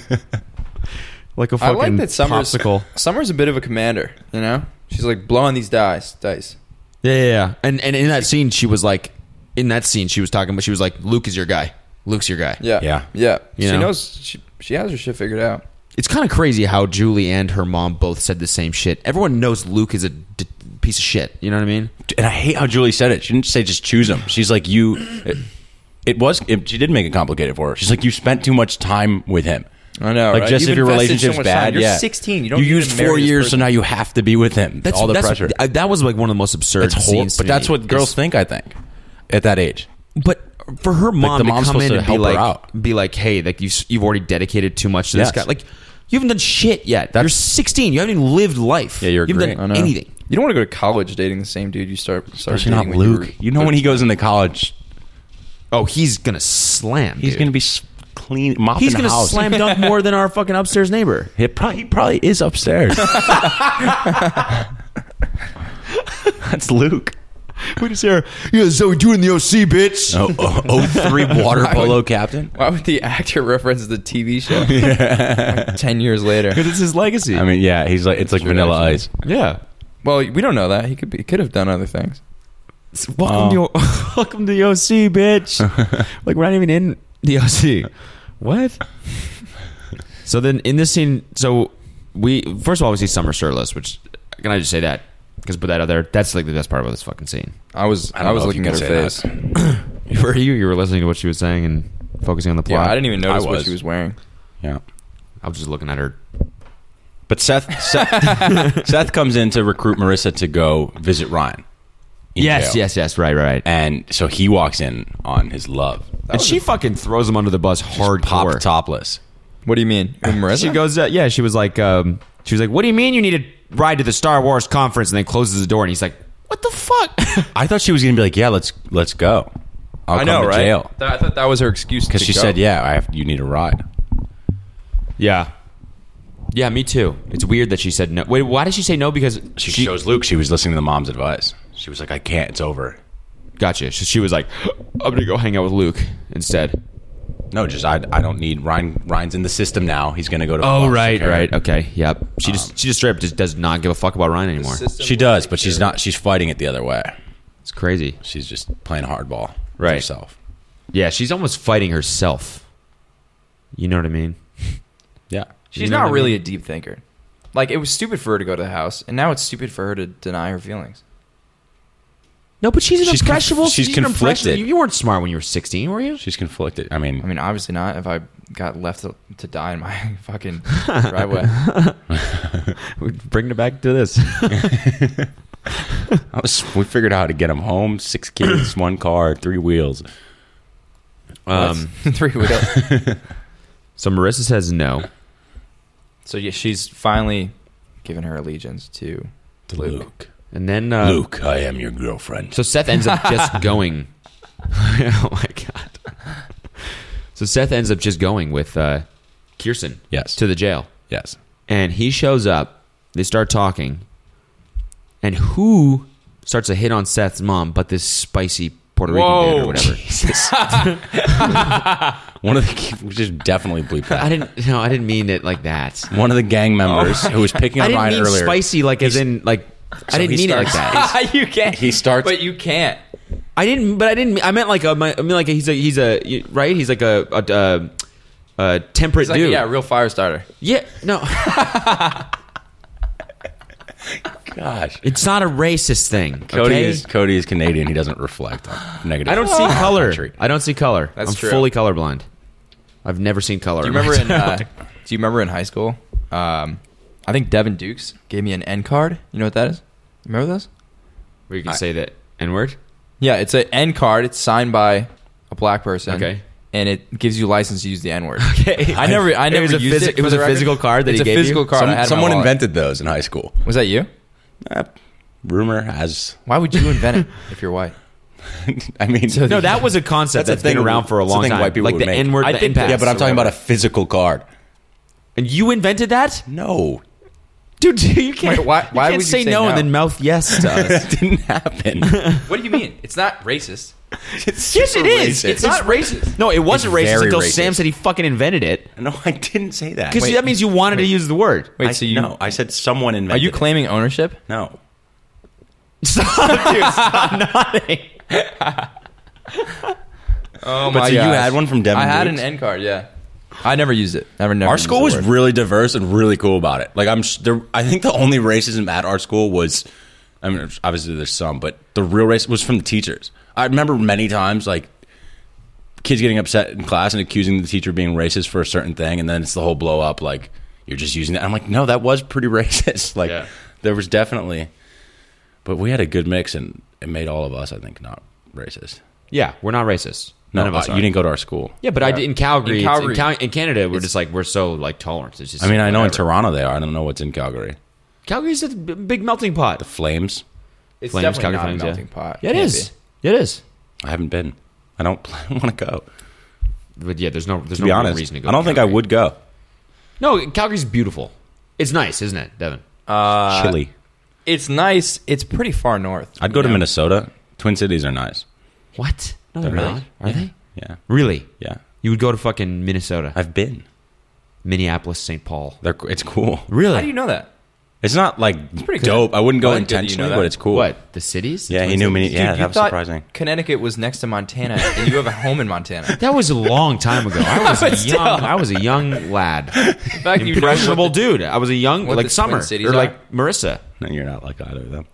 like a I fucking like that Summer's popsicle. Summer's a bit of a commander. You know, she's like blowing these dice, dice. Yeah, yeah, yeah. And and in that scene, she was like, in that scene, she was talking, but she was like, Luke is your guy. Luke's your guy. Yeah, Yeah. yeah. You she know? knows she she has her shit figured out. It's kind of crazy how Julie and her mom both said the same shit. Everyone knows Luke is a d- piece of shit. You know what I mean? and I hate how Julie said it. She didn't say just choose him. She's like you. It, it was. It, she did make it complicated for her. She's like you spent too much time with him. I know, Like right? just You've if your invested so relationship's much time. bad, You're yeah. 16. You don't You even used marry four this years, so person. now you have to be with him. That's all the that's, pressure. I, that was like one of the most absurd It's horrible. scenes. to But that's me. what girls Is- think. I think at that age. But for her mom the to mom's come supposed in to and be help her like, out. be like, hey, like you've you've already dedicated too much to Yes. this guy. Like you haven't done shit yet. you're That's- 16. You haven't even lived life. Yeah, you're you haven't great. I done know. anything. You don't want to go to college dating the same dude you start. start Especially dating not when you were- Luke. You know when he goes into college, Oh, he's gonna slam. he's dude. going to be s- clean mopping He's the gonna house. slam dunk more than our fucking upstairs neighbor. He probably, he probably is upstairs. That's Luke. We just hear, yeah, so we do it in the OC, bitch. Oh, oh, oh three water polo captain. Why would the actor reference the TV show? Like, Ten years later. Because it's his legacy. I mean, yeah, he's like it's like Vanilla Ice. yeah. Well, we don't know that he could be, he could have done other things. It's, welcome, to, welcome to the OC, bitch. like, we're not even in the OC. What? so then in this scene, so we, first of all, we see Summer shirtless, which, can I just say that? Because, but that other, that's like the best part about this fucking scene. I was I, don't was know if you looking can at her face. say Were you, you were listening to what she was saying and focusing on the Yeah, plot? I didn't even I notice what was. she was wearing. Yeah. I was just looking at her. But Seth Seth, Seth comes in to recruit Marissa to go visit Ryan. in Yes, jail. yes, yes. Right, right. Oh, And, And so he walks in on his love. she fucking throws him under the bus hard Pop topless. What do you mean, With Marissa? She goes, uh, yeah. She was like, um, she was like, what do you mean you need a ride to the Star Wars conference? And then closes the door, and he's like, what the fuck? I thought she was gonna be like, Yeah, let's let's go. I'll I come know, to right? jail. That- I thought that was her excuse Because she said, Yeah, I have you need a ride. yeah, yeah. Me too. It's weird that she said no. Wait, why did she say no? Because She, she, shows Luke she was listening to the mom's advice. She was like, I can't, it's over. gotcha. So she was like, I'm gonna go hang out with Luke instead. No, just I, I don't need Ryan Ryan's in the system now. He's gonna go to Oh foster right, care. right, Um, okay, yep. She just she just straight up just does not give a fuck about Ryan anymore. She does, but she's not she's fighting it the other way. It's crazy. She's just playing hardball with Right. herself. Yeah, she's almost fighting herself. You know what I mean? Yeah. She's You know what not I really mean? a deep thinker. Like it was stupid for her to go to the house, and now it's stupid for her to deny her feelings. No, but she's an She's conf- impressionable. she's an impressionable- conflicted. You you weren't smart when you were 16, were you? She's conflicted. I I mean, mean, obviously not. If I got left to, to die in my fucking driveway, Bringing it back to this. I was, we figured out how to get him home. Six kids, one car, three wheels. Um, three wheel. so Marissa says no. So yeah, she's finally given her allegiance to. Luke. And then uh, Luke, I am your girlfriend. So Seth ends up just going. oh my god. So Seth ends up just going with uh, Kirsten. Yes. To the jail, yes. and he shows up. They start talking, and who starts to hit on Seth's mom? But this spicy Puerto Rican dude or whatever. One of the we should definitely bleep I that. didn't. No, I didn't mean it like that. One of the gang members who was picking Oh. I on didn't Ryan mean earlier. spicy like as in like. I didn't he mean it like starts- that. you can't. He starts- but you can't. I didn't, but I didn't. I meant like a, my, I mean like he's a he's a you- right. He's like a a, a, a temperate It's like, dude. yeah, real fire starter. Yeah, no, Gosh. it's not a racist thing. Cody okay? is Cody is Canadian. He doesn't reflect on negative. I don't see color. Country. I don't see color. That's I'm true. fully colorblind. I've never seen color. Do you my remember in? Uh, entire do life. you remember in high school? Um, I think Devin Dukes gave me an N card. You know what that is? Remember those? where you can say that n word? Yeah, it's an N card. It's signed by a black person. Okay. and it gives you license to use the N word. Okay. I never, I It never was a used physi- it. it for was the a record. physical card that it's he a gave you? physical card. I had in my someone wallet. invented those in high school. Was that you? Eh, rumor has. Why would you invent it if you're white? I mean, No, that was a concept That's a that's been thing- around for a that's a long thing time. white people like would the make. N word, I the think- N pass. yeah, but I'm talking about a physical card. And you invented that, No, dude. You can't. Wait, why- why you can't would you say, say no, no? and then mouth yes to us? that didn't happen. What do you mean? It's not racist. yes, it is. racist. It's not racist. No, it wasn't It's racist very until racist. Sam said he fucking invented it. no, I didn't say that. Because that means you wanted to use the word. Wait, I, so you no, I said someone are invented. you it. claiming ownership? No, Stop, dude. Stop nodding. Oh but so you had one from Devin. I had an Dukes? N card. Yeah, I never used it. Never, never. Our used school the was word. really diverse and really cool about it. Like I'm, s- there, I think the only racism at our school was, I mean, obviously there's some, but the real race was from the teachers. I remember many times like kids getting upset in class and accusing the teacher of being racist for a certain thing, and then it's the whole blow up. Like you're just using that. I'm like, no, that was pretty racist. Like Yeah. there was definitely, but we had a good mix, and it made all of us, I think, not racist. Yeah, we're not racist. No, None of us uh, are. you didn't go to our school. yeah, but I did in Calgary. In In, Calgary. Calgary. In, Ca- in Canada, we're just like we're so like tolerant. It's just. I mean, I know in whatever. Toronto they are. I don't know what's in Calgary. Calgary's a b- big melting pot. The Flames. It's Flames, definitely Calgary not Flames, a yeah. melting pot. Yeah, it Can't is. be. Yeah, it is. I haven't been. I don't plan, want to go. But yeah, there's no there's To no be real honest, reason to go. I don't to think I Calgary. would go. No, Calgary's beautiful. It's nice, isn't it, Devin? Uh, Chile. It's nice. It's pretty far north. I'd go to Minnesota. Twin Cities are nice. What? No, they're They're not. Are really- they? Yeah, Really? yeah. You would go to fucking Minnesota, I've been. Minneapolis, St. Paul. They're, it's cool. Really? How do you know that? It's not like pretty dope. good. I wouldn't go Well, did you know intentionally, that? but it's cool. What? The cities? The Yeah, he twin knew cities? Minne. Dude, Yeah, you that was thought surprising. Connecticut was next to Montana, and you have a home in Montana. That was a long time ago. I was a young. I was a young lad, In fact, you know what impressionable the- dude. I was a young, what like the summer Twin Cities or are? like Marissa. No, you're not like either of them.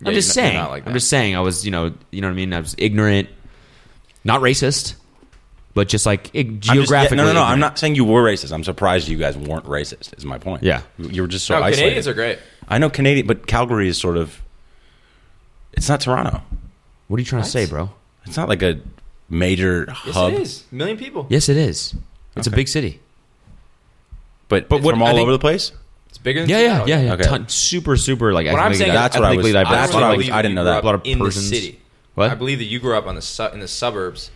Yeah, I'm you're just not- you're saying. not like I'm that. just saying. I was, you know, you know what I mean. I was ignorant, not racist, but just like ig- I'm just- yeah, geographically. no, no, no. I'm ignorant. not saying you were racist. I'm surprised you guys weren't racist. Is my point. Yeah. you you were just so No, isolated. Canadians are great. I know Canadian, but Calgary is sort of. It's not Toronto. What are you trying to say, bro? It's not like a major Yes, hub. it is. A million people. Yes, it is. It's a Okay. big city. But But but what- from I all think- over the place. It's bigger than Yeah, yeah, Seattle. yeah, yeah. Okay. Ton, super, super. Like What I'm saying, That's what I ethnically was- diverse. that's what I Like, was- I didn't know you grew that. up A lot of in persons. The city. What? I believe that you grew up on the su- in the suburbs,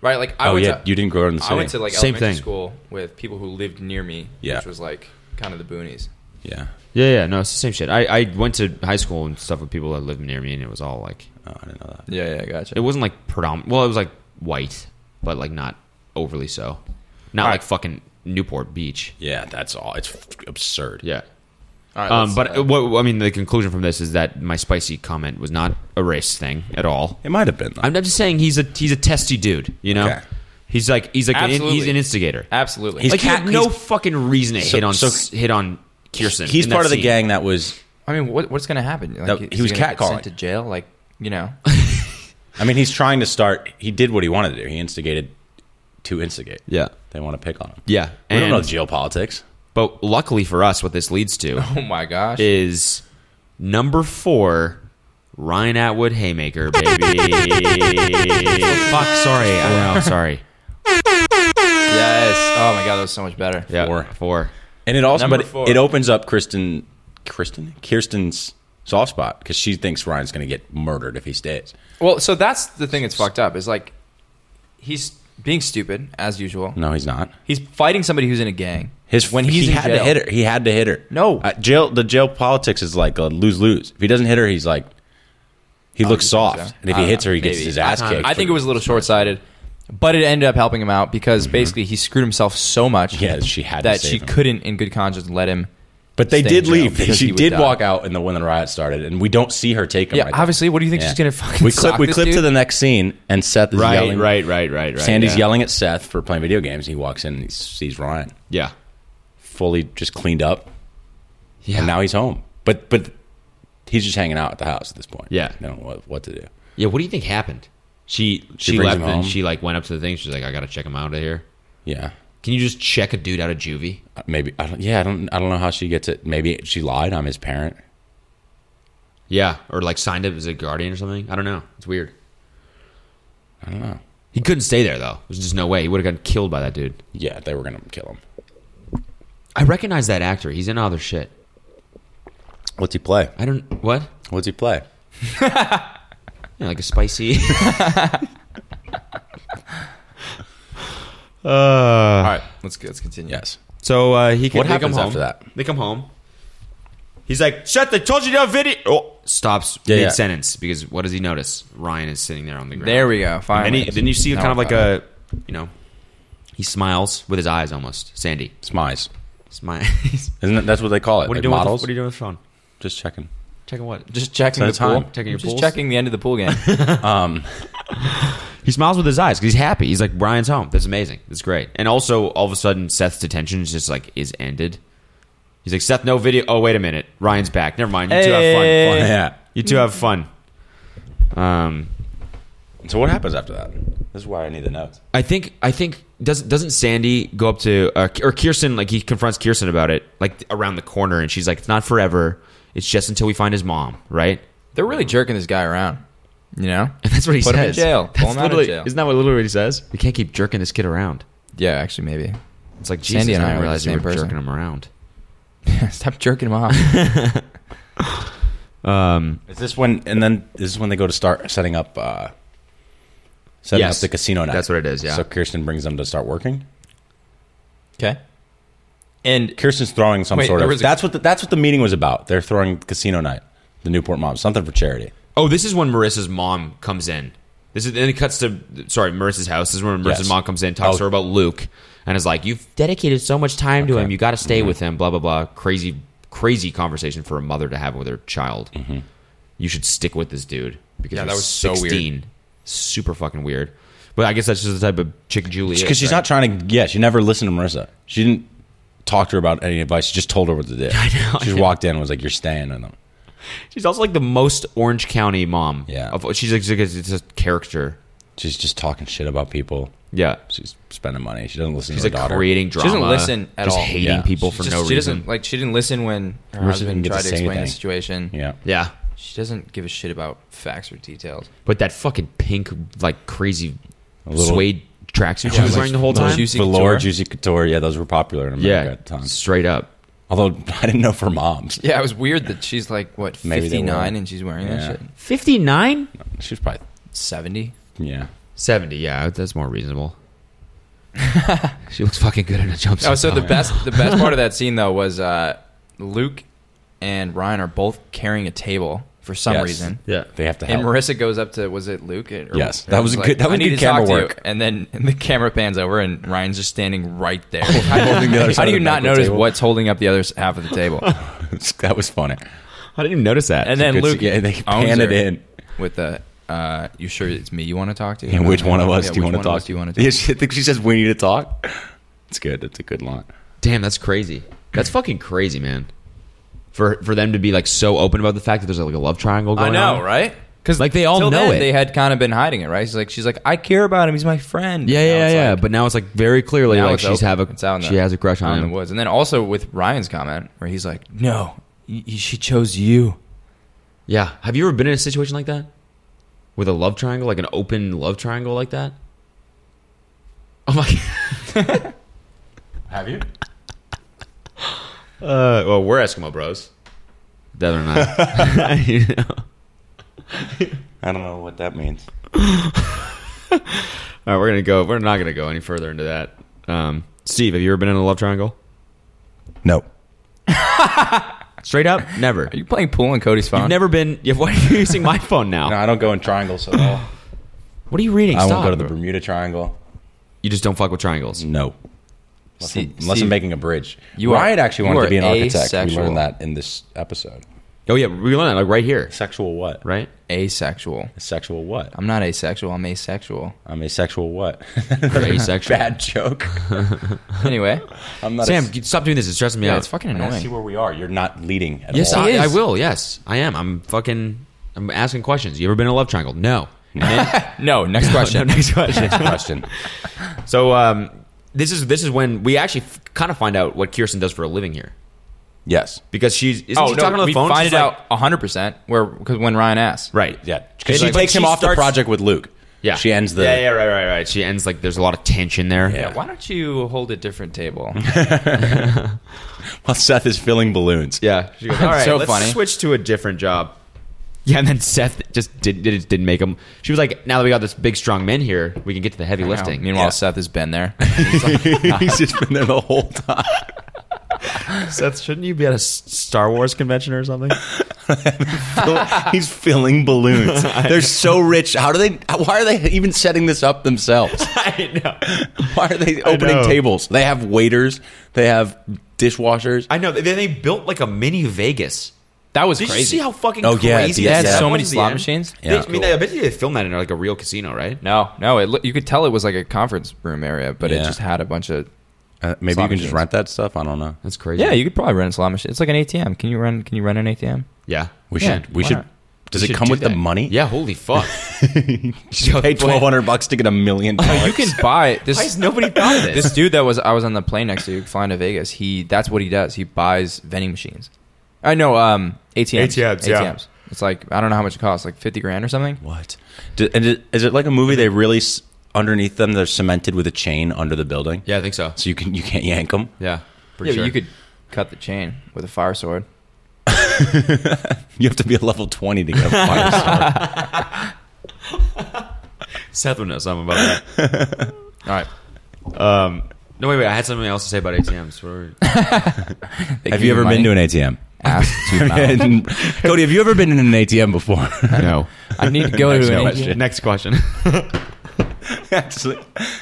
right? Like I Oh went yeah, to, you didn't grow up in the city. I went to like Same elementary thing. school with people who lived near me, Yeah. which was like kind of the boonies. yeah. Yeah, yeah. No, it's the same shit. I, I went to high school and stuff with people that lived near me, and it was all like Oh, I didn't know that. Yeah, yeah, gotcha. it wasn't like predominant. Well, it was like white, but like not overly so. Not like fucking Newport Beach. Yeah, that's all. It's f- absurd. Yeah. All right, Um, let's, but uh, what I mean, the conclusion from this is that my spicy comment was not a race thing at all. It might have been. Though. I'm I'm just saying he's a he's a testy dude. You know, Okay. he's like he's like an, in- he's Absolutely. an instigator. absolutely, He's like cat- he had no he's- fucking reason to So- hit on so- s- hit on Kirsten. He's in that part of the scene. gang that was. I mean, what, what's going to happen? Like, No, is he was gonna get catcalling. sent to jail, like you know. I mean, he's trying to start. He did what he wanted to do. He instigated to instigate. Yeah, They want to pick on him. yeah. We don't know And, jail politics. but luckily for us, what this leads to oh my gosh, is number four, Ryan Atwood Haymaker, baby. Fuck, sorry. I know, sorry. yes. Oh my god, that was so much better. Yeah, Four. Four. And it also, Number but it- four. it opens up Kristen, Kristen, Kirsten's soft spot because she thinks Ryan's going to get murdered if he stays. Well, so that's the thing that's fucked up. Is like he's being stupid as usual. No, he's not. He's fighting somebody who's in a gang. His when he's he in had jail, to hit her. He had to hit her. No. Uh, jail. The jail politics is like a lose lose. If he doesn't hit her, he's like he looks think soft, so? and if he I hits don't her, he know. gets Maybe. his ass I- kicked. I think it was a little short sighted, but it ended up helping him out because Mm-hmm. basically he screwed himself so much. Yeah, she had to that save she him. couldn't, in good conscience, let him. But they stay did in jail leave. because She he would did die. walk out, and the when the riot started, and we don't see her take him. Yeah, right there. obviously. What do you think Yeah. she's gonna fucking? we clip. sock We this clip to dude? the next scene, and Seth is Right, yelling. right, right, right, right. Sandy's yeah. yelling at Seth for playing video games. And he walks in and he sees Ryan Yeah. fully just cleaned up, Yeah. and now he's home. But but he's just hanging out at the house at this point. Yeah. they don't know what, what to do. yeah, what do you think happened? She she, She brings left him and home. she like went up to the thing. She's like, I gotta check him out of here. Yeah, Can you just check a dude out of juvie? Uh, maybe. I don't, yeah, I don't. I don't know how she gets it. Maybe she lied. I'm his parent. Yeah, or like signed up as a guardian or something. I don't know. It's weird. I don't know. He couldn't stay there though. There's just no way. He would have gotten killed by that dude. Yeah, they were gonna kill him. I recognize that actor. He's in other shit. What's he play? I don't what? What's he play? Yeah, like a spicy. Uh, All right, let's let's continue. Yes. so uh, he. Can, What they come happens home. after that? They come home. He's like, "Shut! They told you to have video." Oh, stops Yeah, yeah. mid sentence because what does he notice? Ryan is sitting there on the ground. There we go. And Finally. he, then you see Now kind of we're like caught a, you know, he smiles with his eyes almost. Sandy Smies. smile. Isn't that, that's what they call it? what are you like doing? models? With the, what are you doing with the phone? Just checking. Checking what? up. Just checking the It's pool. time. Checking your just pulse? checking the end of the pool game. Um, He smiles with his eyes because he's happy. He's like, Brian's home. That's amazing. That's great. And also, all of a sudden, Seth's detention is just like is ended. He's like, Seth, no video. Oh, wait a minute. Ryan's back. Never mind. You two have Hey. fun. fun. yeah. You two have fun. Um, So what happens after that? This is why I need the notes. I think I think doesn't doesn't Sandy go up to uh, or Kirsten like he confronts Kirsten about it like around the corner and she's like, it's not forever. It's just until we find his mom, right? They're really jerking this guy around. You know? And that's what he Put him says. in jail. Pull That's him out of literally- jail. Isn't that what literally he says? We can't keep jerking this kid around. Yeah, actually, maybe. It's like Jesus, Sandy and I I didn't are the realize you same were person. jerking him around. Stop jerking him off. Um, Is this when? And then this is when they go to start setting up. Uh, setting Yes. up the casino night. That's what it is, yeah. So Kirsten brings them to start working. okay. And Kirsten's throwing some Wait, sort there of. was a- that's what the, that's what the meeting was about. They're throwing casino night, the Newport Moms, something for charity. oh, this is when Marissa's mom comes in. This is then it cuts to sorry Marissa's house. This is when Marissa's Yes. mom comes in, talks Oh. to her about Luke, and is like, "You've dedicated so much time to him. You got to Mm-hmm. stay with him." Blah blah blah. Crazy, crazy conversation for a mother to have with her child. You should stick with this dude because Mm-hmm. Yeah, you're that was so weird. 16. Super fucking weird. But I guess that's just the type of chick Julie. Because she's not trying to. Yeah, she never listened to Marissa. She didn't talk to her about any advice. She just told her what to do. I know, She I just know. walked in and was like, "You're staying in them." She's also like the most Orange County mom. Yeah. of, she's like it's just a character. She's just talking shit about people. Yeah, She's spending money. She doesn't listen she's to her like daughter. creating drama. doesn't listen at just all. hating Yeah. people she for just- no she reason. doesn't like she didn't listen when her didn't husband get to tried to, say explain the anything. situation. Yeah. Yeah, She doesn't give a shit about facts or details. but that fucking pink, like crazy little- suede tracksuit she Yeah, was like wearing the whole little time. juicy Velour, couture. Juicy Couture. Yeah, those were popular in America yeah, at the time. straight up. Although I didn't know for moms. Yeah, it was weird that she's like what Maybe they fifty nine were. and she's wearing Yeah. that shit. Fifty nine. She's probably Seventy. yeah. Seventy. Yeah, that's more reasonable. she looks fucking good in a jumpsuit. Oh, so the though. best the best part of that scene though was uh, Luke and Ryan are both carrying a table for some Yes. reason. Yeah. They have to help. And Marissa goes up to was it Luke? Or, Yes, or that was a good- that was "I need good to talk camera to you." work. And then and the camera pans over, and Ryan's just standing right there. How do the other you, side of the not banquet notice table. what's holding up the other s- half of the table? that was funny. I didn't even notice that. And then Good Luke, scene. Yeah, they owns pan it her in. with the. Uh, you sure it's me you want to talk to? And which one of us Yeah, do you which want one to of talk? us Do you want to Yeah, talk? she, I think she says we need to talk. It's good. It's a good line. Damn, that's crazy. That's fucking crazy, man. For for them to be like so open about the fact that there's like a love triangle I going on. know, right? Because Like, they all know it. They had kind of been hiding it, right? She's like, she's like, I care about him. He's my friend. Yeah, Now yeah, it's yeah. like- but now it's like very clearly now like it's she's open. have a It's out in she has a crush on out in him. the woods. And then also with Ryan's comment where he's like, no, y- y- she chose you. Yeah. Have you ever been in a situation like that? With a love triangle, like an open love triangle like that? Oh my Have you? Uh well we're Eskimo bros. Devin and I. You know. I don't know what that means. All right, we're gonna go we're not gonna go any further into that. Um Steve, have you ever been in a love triangle? No. Straight up? Never. Are you playing pool on Cody's phone? You've never been yeah, why are you using my phone now? No, I don't go in triangles at all. What are you reading? I Stop. won't go to the Bermuda Triangle. You just don't fuck with triangles. No. Unless, See- I'm, unless see- I'm making a bridge. You are- Ryan actually you wanted are to be an architect. asexual. We learned that in this episode. Oh yeah, we learned that like right here. Sexual what? Right? asexual. Sexual what? I'm not asexual. I'm asexual. I'm asexual what? asexual. Bad joke. Anyway, I'm not Sam, a- stop doing this. It's stressing me yeah, out. it's fucking I see annoying. where we are. You're not leading at Yes, all. I, is. I will. Yes, I am. I'm fucking. I'm asking questions. You ever been in a love triangle? No. No, next question. next question. question. so, um, this is this is when we actually f- kind of find out what Kirsten does for a living here Yes. because she's isn't Oh, she no, talking on the we phone? find She's it like- out 100% where because when Ryan asks. Right. Yeah. And Because she like- takes she him off starts- the project with Luke. Yeah. She ends the- Yeah, yeah, right, right, right. She ends like there's a lot of tension there. Yeah. Why don't you hold a different table? While Seth is filling balloons. Yeah. She goes, All right, So let's funny. switch to a different job. Yeah, and then Seth just did, did, didn't make him. She was like, now that we got this big, strong man here, we can get to the heavy Wow. lifting. Meanwhile, Yeah. Seth has been there. He's just been there the whole time. Seth, shouldn't you be at a S- Star Wars convention or something? He's filling balloons. They're so rich. How do they? Why are they even setting this up themselves? I know. Why are they opening know. tables? They have waiters. They have dishwashers. I know. Then they built like a mini Vegas. That was Did crazy. you see how fucking Oh, yeah, crazy? dude, that they had that so many was at the slot end? machines? They- Yeah. I mean, they- I bet you they filmed that in like a real casino, right? No, no. It, loo- you could tell it was like a conference room area, but it Yeah. just had a bunch of. Uh, maybe Slot you can just machines. rent that stuff. I don't know. That's crazy. Yeah, you could probably run a slot machine. It's like an ATM. Can you run? Can you run an ATM? yeah. We Yeah, should. We why should. not? Does We it should come do with the that. money? Yeah, holy fuck. Pay twelve hundred bucks to get a million. Oh, dollars. You can buy Why has this. nobody thought of this? This dude that was I was on the plane next to you flying to Vegas. He that's what he does. He buys vending machines. I know. Um, ATMs. ATMs, yeah. It's like I don't know how much it costs. Like fifty grand or something. What? Do, and it, is it like a movie? They really s- underneath them. They're cemented with a chain under the building. yeah, I think so. So you can you can't yank them. Yeah. pretty Yeah, but sure. you could cut the chain with a fire sword. You have to be a level twenty to get a fire sword. Seth would know something about All right. that. Um, no, wait, wait. I had something else to say about ATMs. What were- Have you ever been to an ATM? Ass to mouth. And- Cody, have you ever been in an ATM before? No. I need to go to an Next ATM. question. Next question. Actually,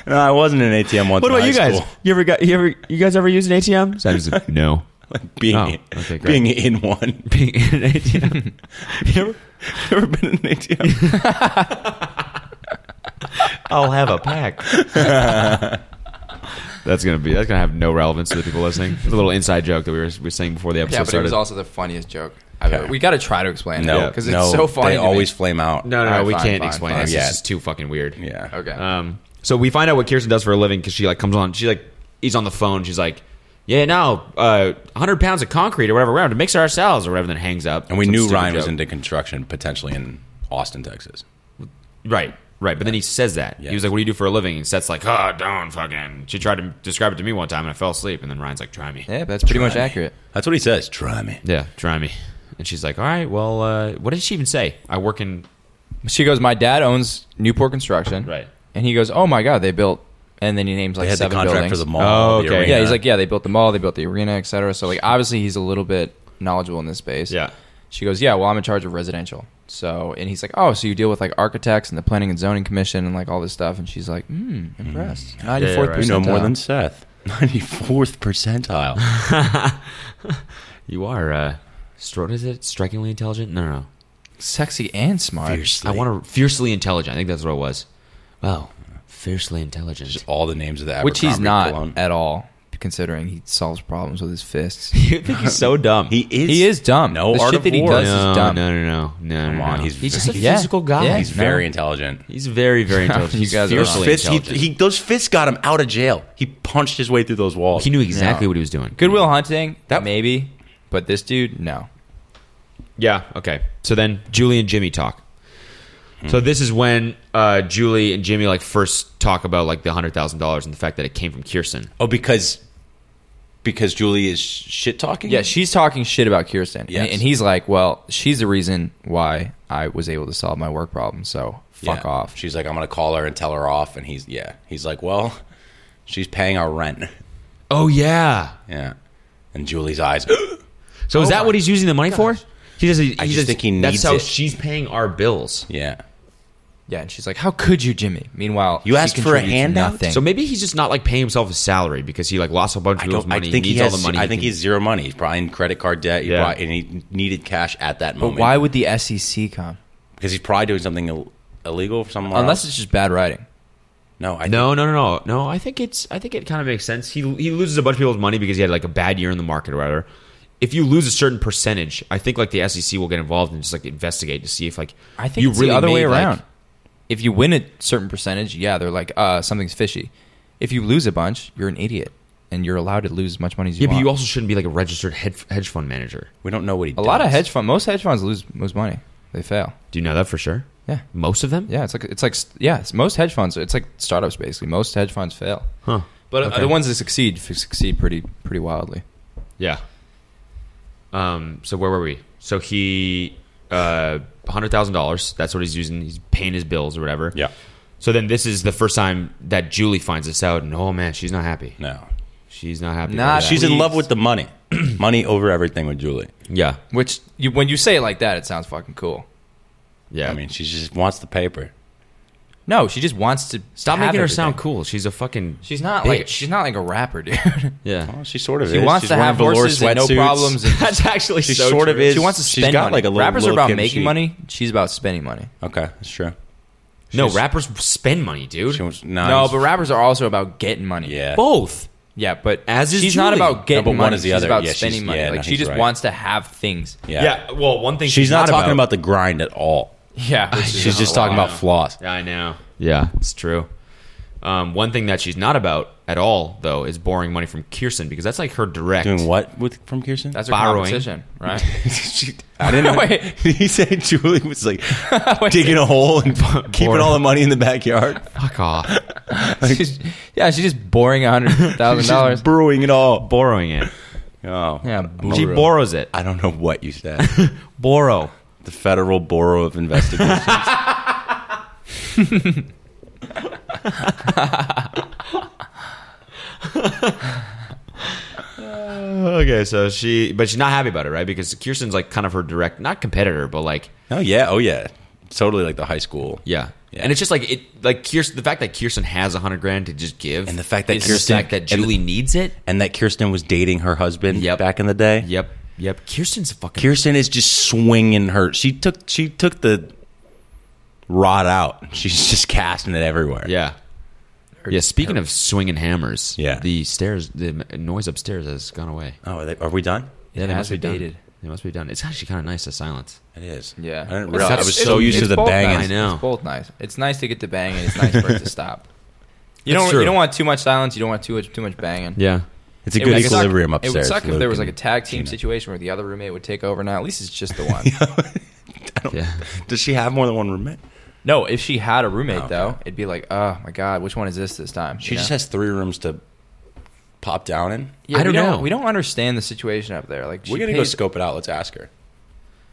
no, I wasn't in an ATM once. in high school. You ever got you ever you guys ever used an ATM? no. Being Oh, okay, great. being in one. Being in an ATM. You ever, you ever been in an ATM? I'll have a pack. that's gonna be that's gonna have no relevance to the people listening. It's a little inside joke that we were we were saying before the episode Yeah, but it started. was also the funniest joke. I've Yeah. ever- We got to try to explain it because it's no, so funny. They to always me. flame out. no, no, no, Alright, Uh, we fine, can't fine, explain fine. this. Yeah. It's just too fucking weird. Yeah. Okay. Um, so we find out what Kirsten does for a living because she like comes on. She like he's on the phone. She's like, "Yeah, now uh, hundred pounds of concrete or whatever, whatever to mix ourselves or whatever." Then hangs up. And we Some knew stupid Ryan was joke. into construction potentially in Austin, Texas. right, right. But then he says that Yeah. he was like, "What do you do for a living?" And Seth's like, "Oh, don't fucking." She tried to describe it to me one time, and I fell asleep. And then Ryan's like, "Try me." yeah, that's pretty much Try me. accurate. That's what he says. Try me. Yeah, try me. And she's like, "All right, well, uh, what did she even say?" I work in She goes, "My dad owns Newport Construction." Right. And he goes, "Oh my god, they built." And then he names like They had the seven contract buildings. for the mall. Oh, the okay. arena. Yeah, he's like, "Yeah, they built the mall, they built the arena, etc." So like, obviously, he's a little bit knowledgeable in this space. yeah, She goes, "Yeah, well, I'm in charge of residential." So, and he's like, "Oh, so you deal with like architects and the planning and zoning commission and like all this stuff?" And she's like, "Hmm, impressed." Ninety fourth right. you percent. know more than Seth. 94th percentile. you are. Uh, stro- is it strikingly intelligent? No, no, no. sexy and smart. I want to fiercely intelligent. I think that's what it was. Wow, fiercely intelligent. Just all the names of the Which he's Abercrombie not cologne. at all, considering he solves problems with his fists. you think he's so dumb? He is. He is dumb. No the art shit of that he war. does no, is dumb. no, no, no, no. Come no, on, no. he's he's just a very- Yeah, physical guy. yeah. He's No. very intelligent. He's very, very intelligent. You guys are He's wrong. fiercely Fist, he, intelligent. he, those fists got him out of jail. He punched his way through those walls. He knew exactly No. what he was doing. Goodwill Hunting, that That- maybe, but this dude, no. Yeah. Okay. So then Julie and Jimmy talk. Hmm. So this is when uh, Julie and Jimmy like first talk about like the hundred thousand dollars and the fact that it came from Kirsten. Oh, because because Julie is shit talking. Yeah, she's talking shit about Kirsten, and- Yes. and, he's like, "Well, she's the reason why I was able to solve my work problem, so fuck Yeah. off." She's like, I'm gonna call her and tell her off. And he's yeah. He's like, well, she's paying our rent. Oh yeah. Yeah. And Julie's eyes. So is that what he's using the money for? He does. He, I just does- think he That's needs how it. she's paying our bills. yeah. Yeah, and she's like, "How could you, Jimmy?" Meanwhile, You she asked for a contributes handout? Nothing. So maybe he's just not like paying himself a salary because he like lost a bunch of I people's don't. I money. think he needs has. all the money. I he think can- he's zero money. He's probably in credit card debt. He Yeah. probably, and he needed cash at that but moment. why would the SEC come? Because he's probably doing something Ill- illegal for someone. Unless it's just bad writing. no, I No, no, no, no, no. I think it's. I think it kind of makes sense. He he loses a bunch of people's money because he had like a bad year in the market or whatever. If you lose a certain percentage, I think like the SEC will get involved and just like investigate to see if like I think you it's the other way made, like- around. if you win a certain percentage, yeah, they're like, uh, something's fishy. If you lose a bunch, you're an idiot, and you're allowed to lose as much money as you yeah, but want. you also shouldn't be like a registered hedge, hedge fund manager. We don't know what he. a lot of does. hedge fund, most hedge funds lose most money. They fail. Do you know that for sure? Yeah. Most of them? Yeah, it's like it's like yeah, it's most hedge funds. It's like startups basically. Most hedge funds fail, Huh. but uh, Okay. the ones that succeed f- succeed pretty pretty wildly. Yeah. Um, so where were we? So he uh hundred thousand dollars, that's what he's using, he's paying his bills or whatever. Yeah. So then this is the first time that Julie finds this out and oh man, she's not happy. No. She's not happy. Nah, about that. She's in Please. love with the money. money over everything with Julie. Yeah. Which you, when you say it like that, it sounds fucking cool. Yeah. I mean, she just wants the paper. No, she just wants to Stop have making her everything. sound cool. She's a fucking She's not bitch. like she's not like a rapper, dude. Yeah. she sort of She wants to have horses and no problems. And That's actually She so sort true. of is. she wants to She's spend got money. like a little- rappers little are about Kim making Sheet. money. She's about spending money. Okay, that's true. No, she's- rappers spend money, dude. She wants no, No, but rappers are also about getting money. yeah, Both. yeah, but As is she's not Julie. about getting No, but one money. is the she's other. about Yeah, she's- spending money. yeah, no, like she he's just right. wants to have things. yeah. Well, one thing She's, not, talking about the grind at all. Yeah, which is She's just a talking lot. about flaws. Yeah, I know. Yeah, it's true. Um, one thing that she's not about at all, though, is borrowing money from Kirsten because that's like her direct. Doing what with from Kirsten? That's her borrowing. competition, right? She- I didn't know. Wait. He said Julie was like digging a hole and keeping all the money in the backyard. Fuck off. She's- yeah, she's just borrowing a hundred thousand dollars. She's brewing it all. Borrowing it. Oh, Yeah, She borrow. borrows it. I don't know what you said. Borrow. the Federal Bureau of Investigation. Okay, so she, but she's not happy about it, right? Because Kirsten's like kind of her direct, not competitor, but like, oh yeah, oh yeah, totally like the high school. yeah. Yeah. And it's just like it, like Kirsten. The fact that Kirsten has a hundred grand to just give, And the fact that is Kirsten- the fact that and- Julie needs it. and that Kirsten was dating her husband Yep. back in the day. Yep, yep. Kirsten's a fucking. Kirsten is just swinging her. She took she took the rod out. She's just casting it everywhere. Yeah. Yeah. Speaking of swinging hammers, Yeah. the stairs, the m- noise upstairs has gone away. Oh, are, they, are we done? Yeah, has abated. done. They must be done. It's actually kind of nice to silence. It is. Yeah, I didn't It's- realize. I it's- was it's- so used it's to the both banging. Nice. I know. It's both nice. It's nice to get the banging. It's nice for it to stop. You That's don't. true. You don't want too much silence. You don't want too much too much banging. Yeah. It's a It good would suck- equilibrium upstairs. It would suck if Luke there was and like a tag team Gina. situation where the other roommate would take over. Now at least it's just the one. Yeah. Does she have more than one roommate? No, if she had a roommate okay. though, it'd be like, oh my god, which one is this this time? She just has three rooms to pop down in. I don't we know. We don't understand the situation up there. Like, she We're gonna go pays- scope it out. Let's ask her.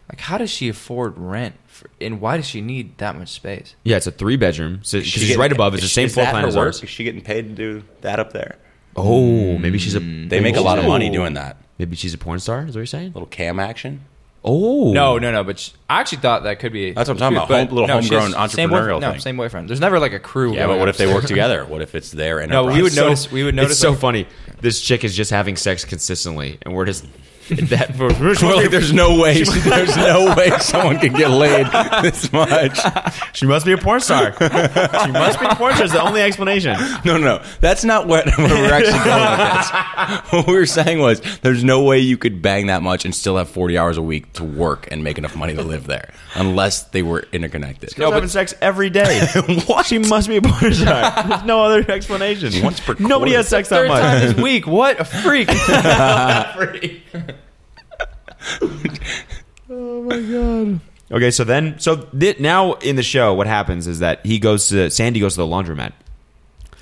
Like, how does she afford rent? For, and why does she need that much space? Yeah, it's a three bedroom. So she's right above. It's the same floor plan as ours. Is she getting paid to do that up there? Oh, maybe she's a. They make a lot of money doing that. Maybe she's a porn star. Is what you're saying? Little cam action. Oh No, no, no. But sh I actually thought that could be. That's what I'm talking about, but home- little she homegrown has same boyfriend- entrepreneurial No, thing. same boyfriend. There's never like a crew. Yeah, but going what if they work upstairs. together? What if it's their No, enterprise? we would So- notice. We would notice. It's so like- funny. This chick is just having sex consistently, and we're just that. For, We're like, there's no way, there's no way someone could get laid this much. she must be a porn star. she must be a porn star. Is the only explanation. No, no, no. That's not what where we're actually going with this. What we were saying was, there's no way you could bang that much and still have 40 hours a week to work and make enough money to live there, unless they were interconnected. No, having sex every day. She must be a porn star. There's no other explanation. Once per Nobody quarter. has sex that Third time much. this week. What a freak! Okay, so then, so th- now in the show, what happens is that he goes to Sandy goes to the laundromat.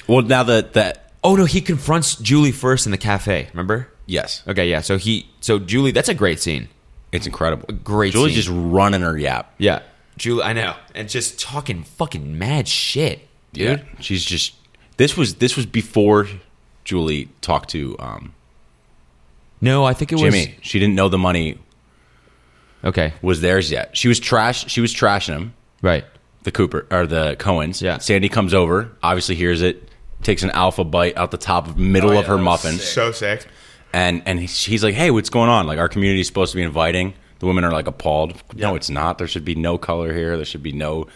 Well, now that that Oh no, he confronts Julie first in the cafe. Remember? yes, Okay, yeah. So he, so Julie, that's a great scene. it's incredible. Great Julie's scene. just running her yap. Yeah, Julie, I know, and just talking fucking mad shit, dude. Yeah. She's just this was this was before Julie talked to um, No, I think it Jimmy. She didn't know the money was okay, was theirs yet. She was trash. She was trashing him. right? The Cooper or the Cohens. Yeah. Sandy comes over. Obviously hears it. Takes an alpha bite out the top of middle Oh, of her muffin. So sick. And and he's, he's like, hey, what's going on? Like our community is supposed to be inviting. The women are like appalled. No, it's not. There should be no color here. There should be no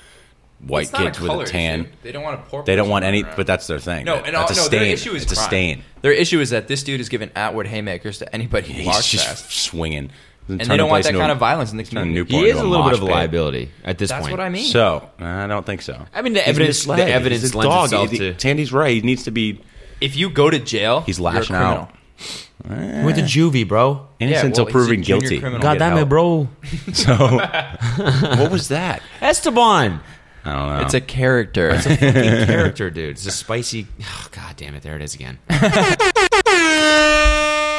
white It's not kids with color a tan. issue. They don't want to pour. They don't want any, around. but that's their thing. No, That- and that's all, no, stain. their issue is it's crime. a stain. Their issue is that this dude is giving Atwood haymakers to anybody who He's walks just past, swinging, and they don't want that kind of violence in the a community. new- He is a little bit of a liability at this That's what I mean. So I don't think so. I mean, the evidence, the evidence lends itself to Tandy's right. He needs to be. if you go to jail, He's you're a lashing criminal. out. He went to juvie, bro. Innocent well, until he's a proven junior guilty. criminal. God get damn it, help. bro. So, what was that? Esteban. I don't know. It's a character. Fucking character, dude. It's a spicy. Oh, God damn it. There it is again.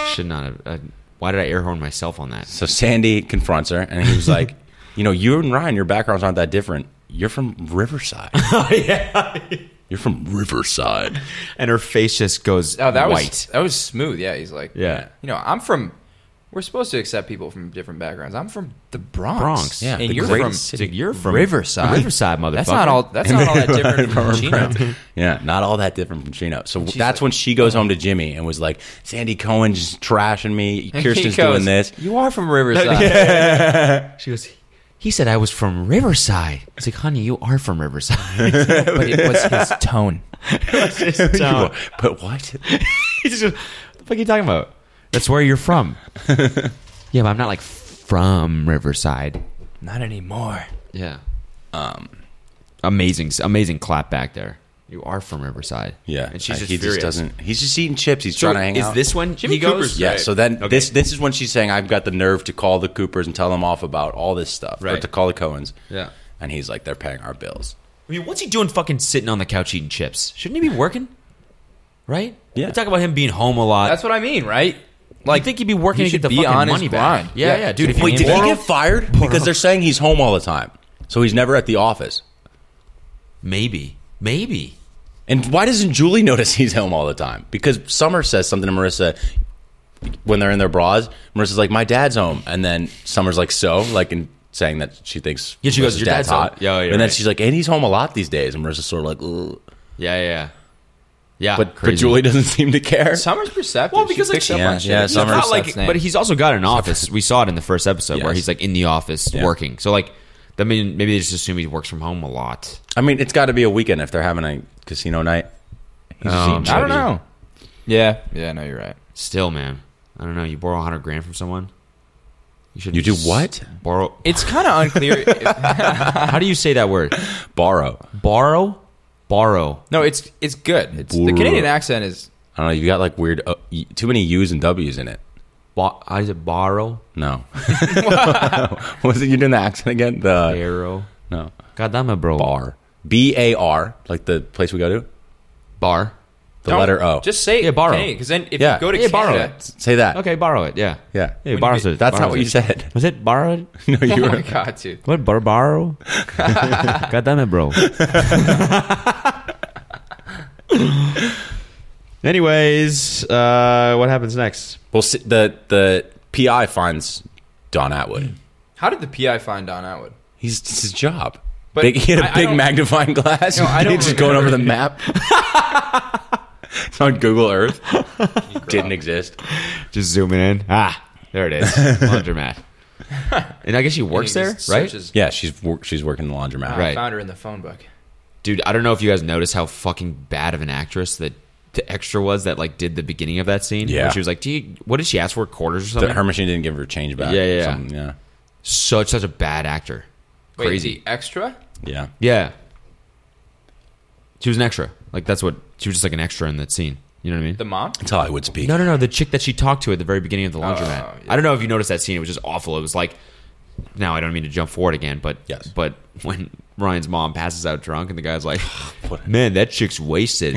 Should not have. Uh, why did I air horn myself on that? so Sandy confronts her, and he was like, "You know, you and Ryan, your backgrounds aren't that different. You're from Riverside. Oh, yeah. You're from Riverside." And her face just goes Oh, that white. was that was smooth. Yeah, he's like, Yeah. you know, I'm from. We're supposed to accept people from different backgrounds. I'm from the Bronx. Bronx, yeah, and the you're greatest from city. Dude, you're from Riverside. Riverside, That's not motherfucker. all. That's not all that different from From Chino. Riverside. Yeah, not all that different from Chino. So that's when she goes home to Jimmy and was like, "Sandy Cohen's just trashing me. And Kirsten's he goes, doing this." You are from Riverside. She goes, he said I was from Riverside. It's like, honey, you are from Riverside. but it was his tone. so, But what? he's just, what the fuck are you talking about? That's where you're from. yeah, but I'm not like from Riverside. Not anymore. Yeah. Um, amazing, amazing clap back there. You are from Riverside. Yeah, and she's uh, just he furious. just doesn't. He's just eating chips. He's So trying to hang is out. this one? he Cooper's goes. Yeah. Right. So then this this is when she's saying, "I've got the nerve to call the Coopers and tell them off about all this stuff, or Right. to call the Cohens." Yeah. And he's like, "They're paying our bills." I mean, what's he doing? Fucking sitting on the couch eating chips? Shouldn't he be working? Right? Yeah. They talk about him being home a lot. That's what I mean, right? like, think he'd be working to he should get the be fucking on his money back. grind. Yeah, Yeah. yeah, dude. If Wait, did he moral- get fired? Because they're saying he's home all the time, so he's never at the office. Maybe, maybe. And why doesn't Julie notice he's home all the time? Because Summer says something to Marissa when they're in their bras. Marissa's like, "My dad's home," and then Summer's like, "So," like in saying that she thinks Yeah, she goes, Marissa's "Your dad's home." Yeah, yeah, and then right. she's like, "And he's home a lot these days." And Marissa's sort of like, Ugh. Yeah, yeah, yeah. yeah but but Ah, crazy. Julie doesn't seem to care. Summer's perceptive. Well, because she like picks she, up yeah, on shit. yeah, It's He's Summer- not not like, but he's also got an office. We saw it in the first episode where Yes. he's like in the office Yeah. working. So like, I mean, maybe they just assume he works from home a lot. I mean, it's got to be a weekend if they're having a casino night. He's just Oh, eating man. I don't chips. know. Yeah, yeah, no, you're right. Still, man, I don't know. You borrow hundred grand from someone. You should. You do what? Borrow. It's kind of unclear. How do you say that word? Borrow. Borrow. Borrow. no, it's it's good. It's, the Canadian accent is I don't know. You got like weird, uh, y- too many U's and W's in it. Bo- I said borrow. No. Was it you doing the accent again? The Barrow. no God damn it, bro. bar B A R like the place we go to. Bar. The Don't- letter O. Just say Yeah, borrow. Because then if Yeah. you go to Yeah, borrow Canada, it. say that. Okay, borrow it. Yeah. Yeah. Yeah, When borrow you- it. That's borrow not what it. you said. Was it borrow it? No, you oh were. my god, dude. What bar- borrow? God damn it, bro. Anyways, uh, what happens next? Well, s- the the PI finds Don Atwood. How did the PI find Don Atwood? He's it's his job. But big, he had I- a I big don't- magnifying glass. No, I don't He's just going over the map. it's on Google Earth. Didn't exist. Just zooming in. Ah, there it is. Laundromat. and I guess she works And he there, just right? searches- Yeah, she's wor- she's working the laundromat. I Right. found her in the phone book. Dude, I don't know if you guys noticed how fucking bad of an actress that the extra was that like did the beginning of that scene. Yeah. Where she was like, "Do you? What did she ask for? Quarters or The- something?" her machine didn't give her change back. Yeah, yeah, yeah. something, yeah, such such a bad actor. Wait, Crazy. the extra? yeah. Yeah. She was an extra. Like that's what she was just like an extra in that scene. You know what I mean? The mom? It's Hollywood speak. no, no, no. The chick that she talked to at the very beginning Oh, of the laundromat. yeah. I don't know if you noticed that scene. It was just awful. It was like, now I don't mean to jump forward again, but Yes. but when Ryan's mom passes out drunk and the guy's like, What a- "Man, that chick's wasted.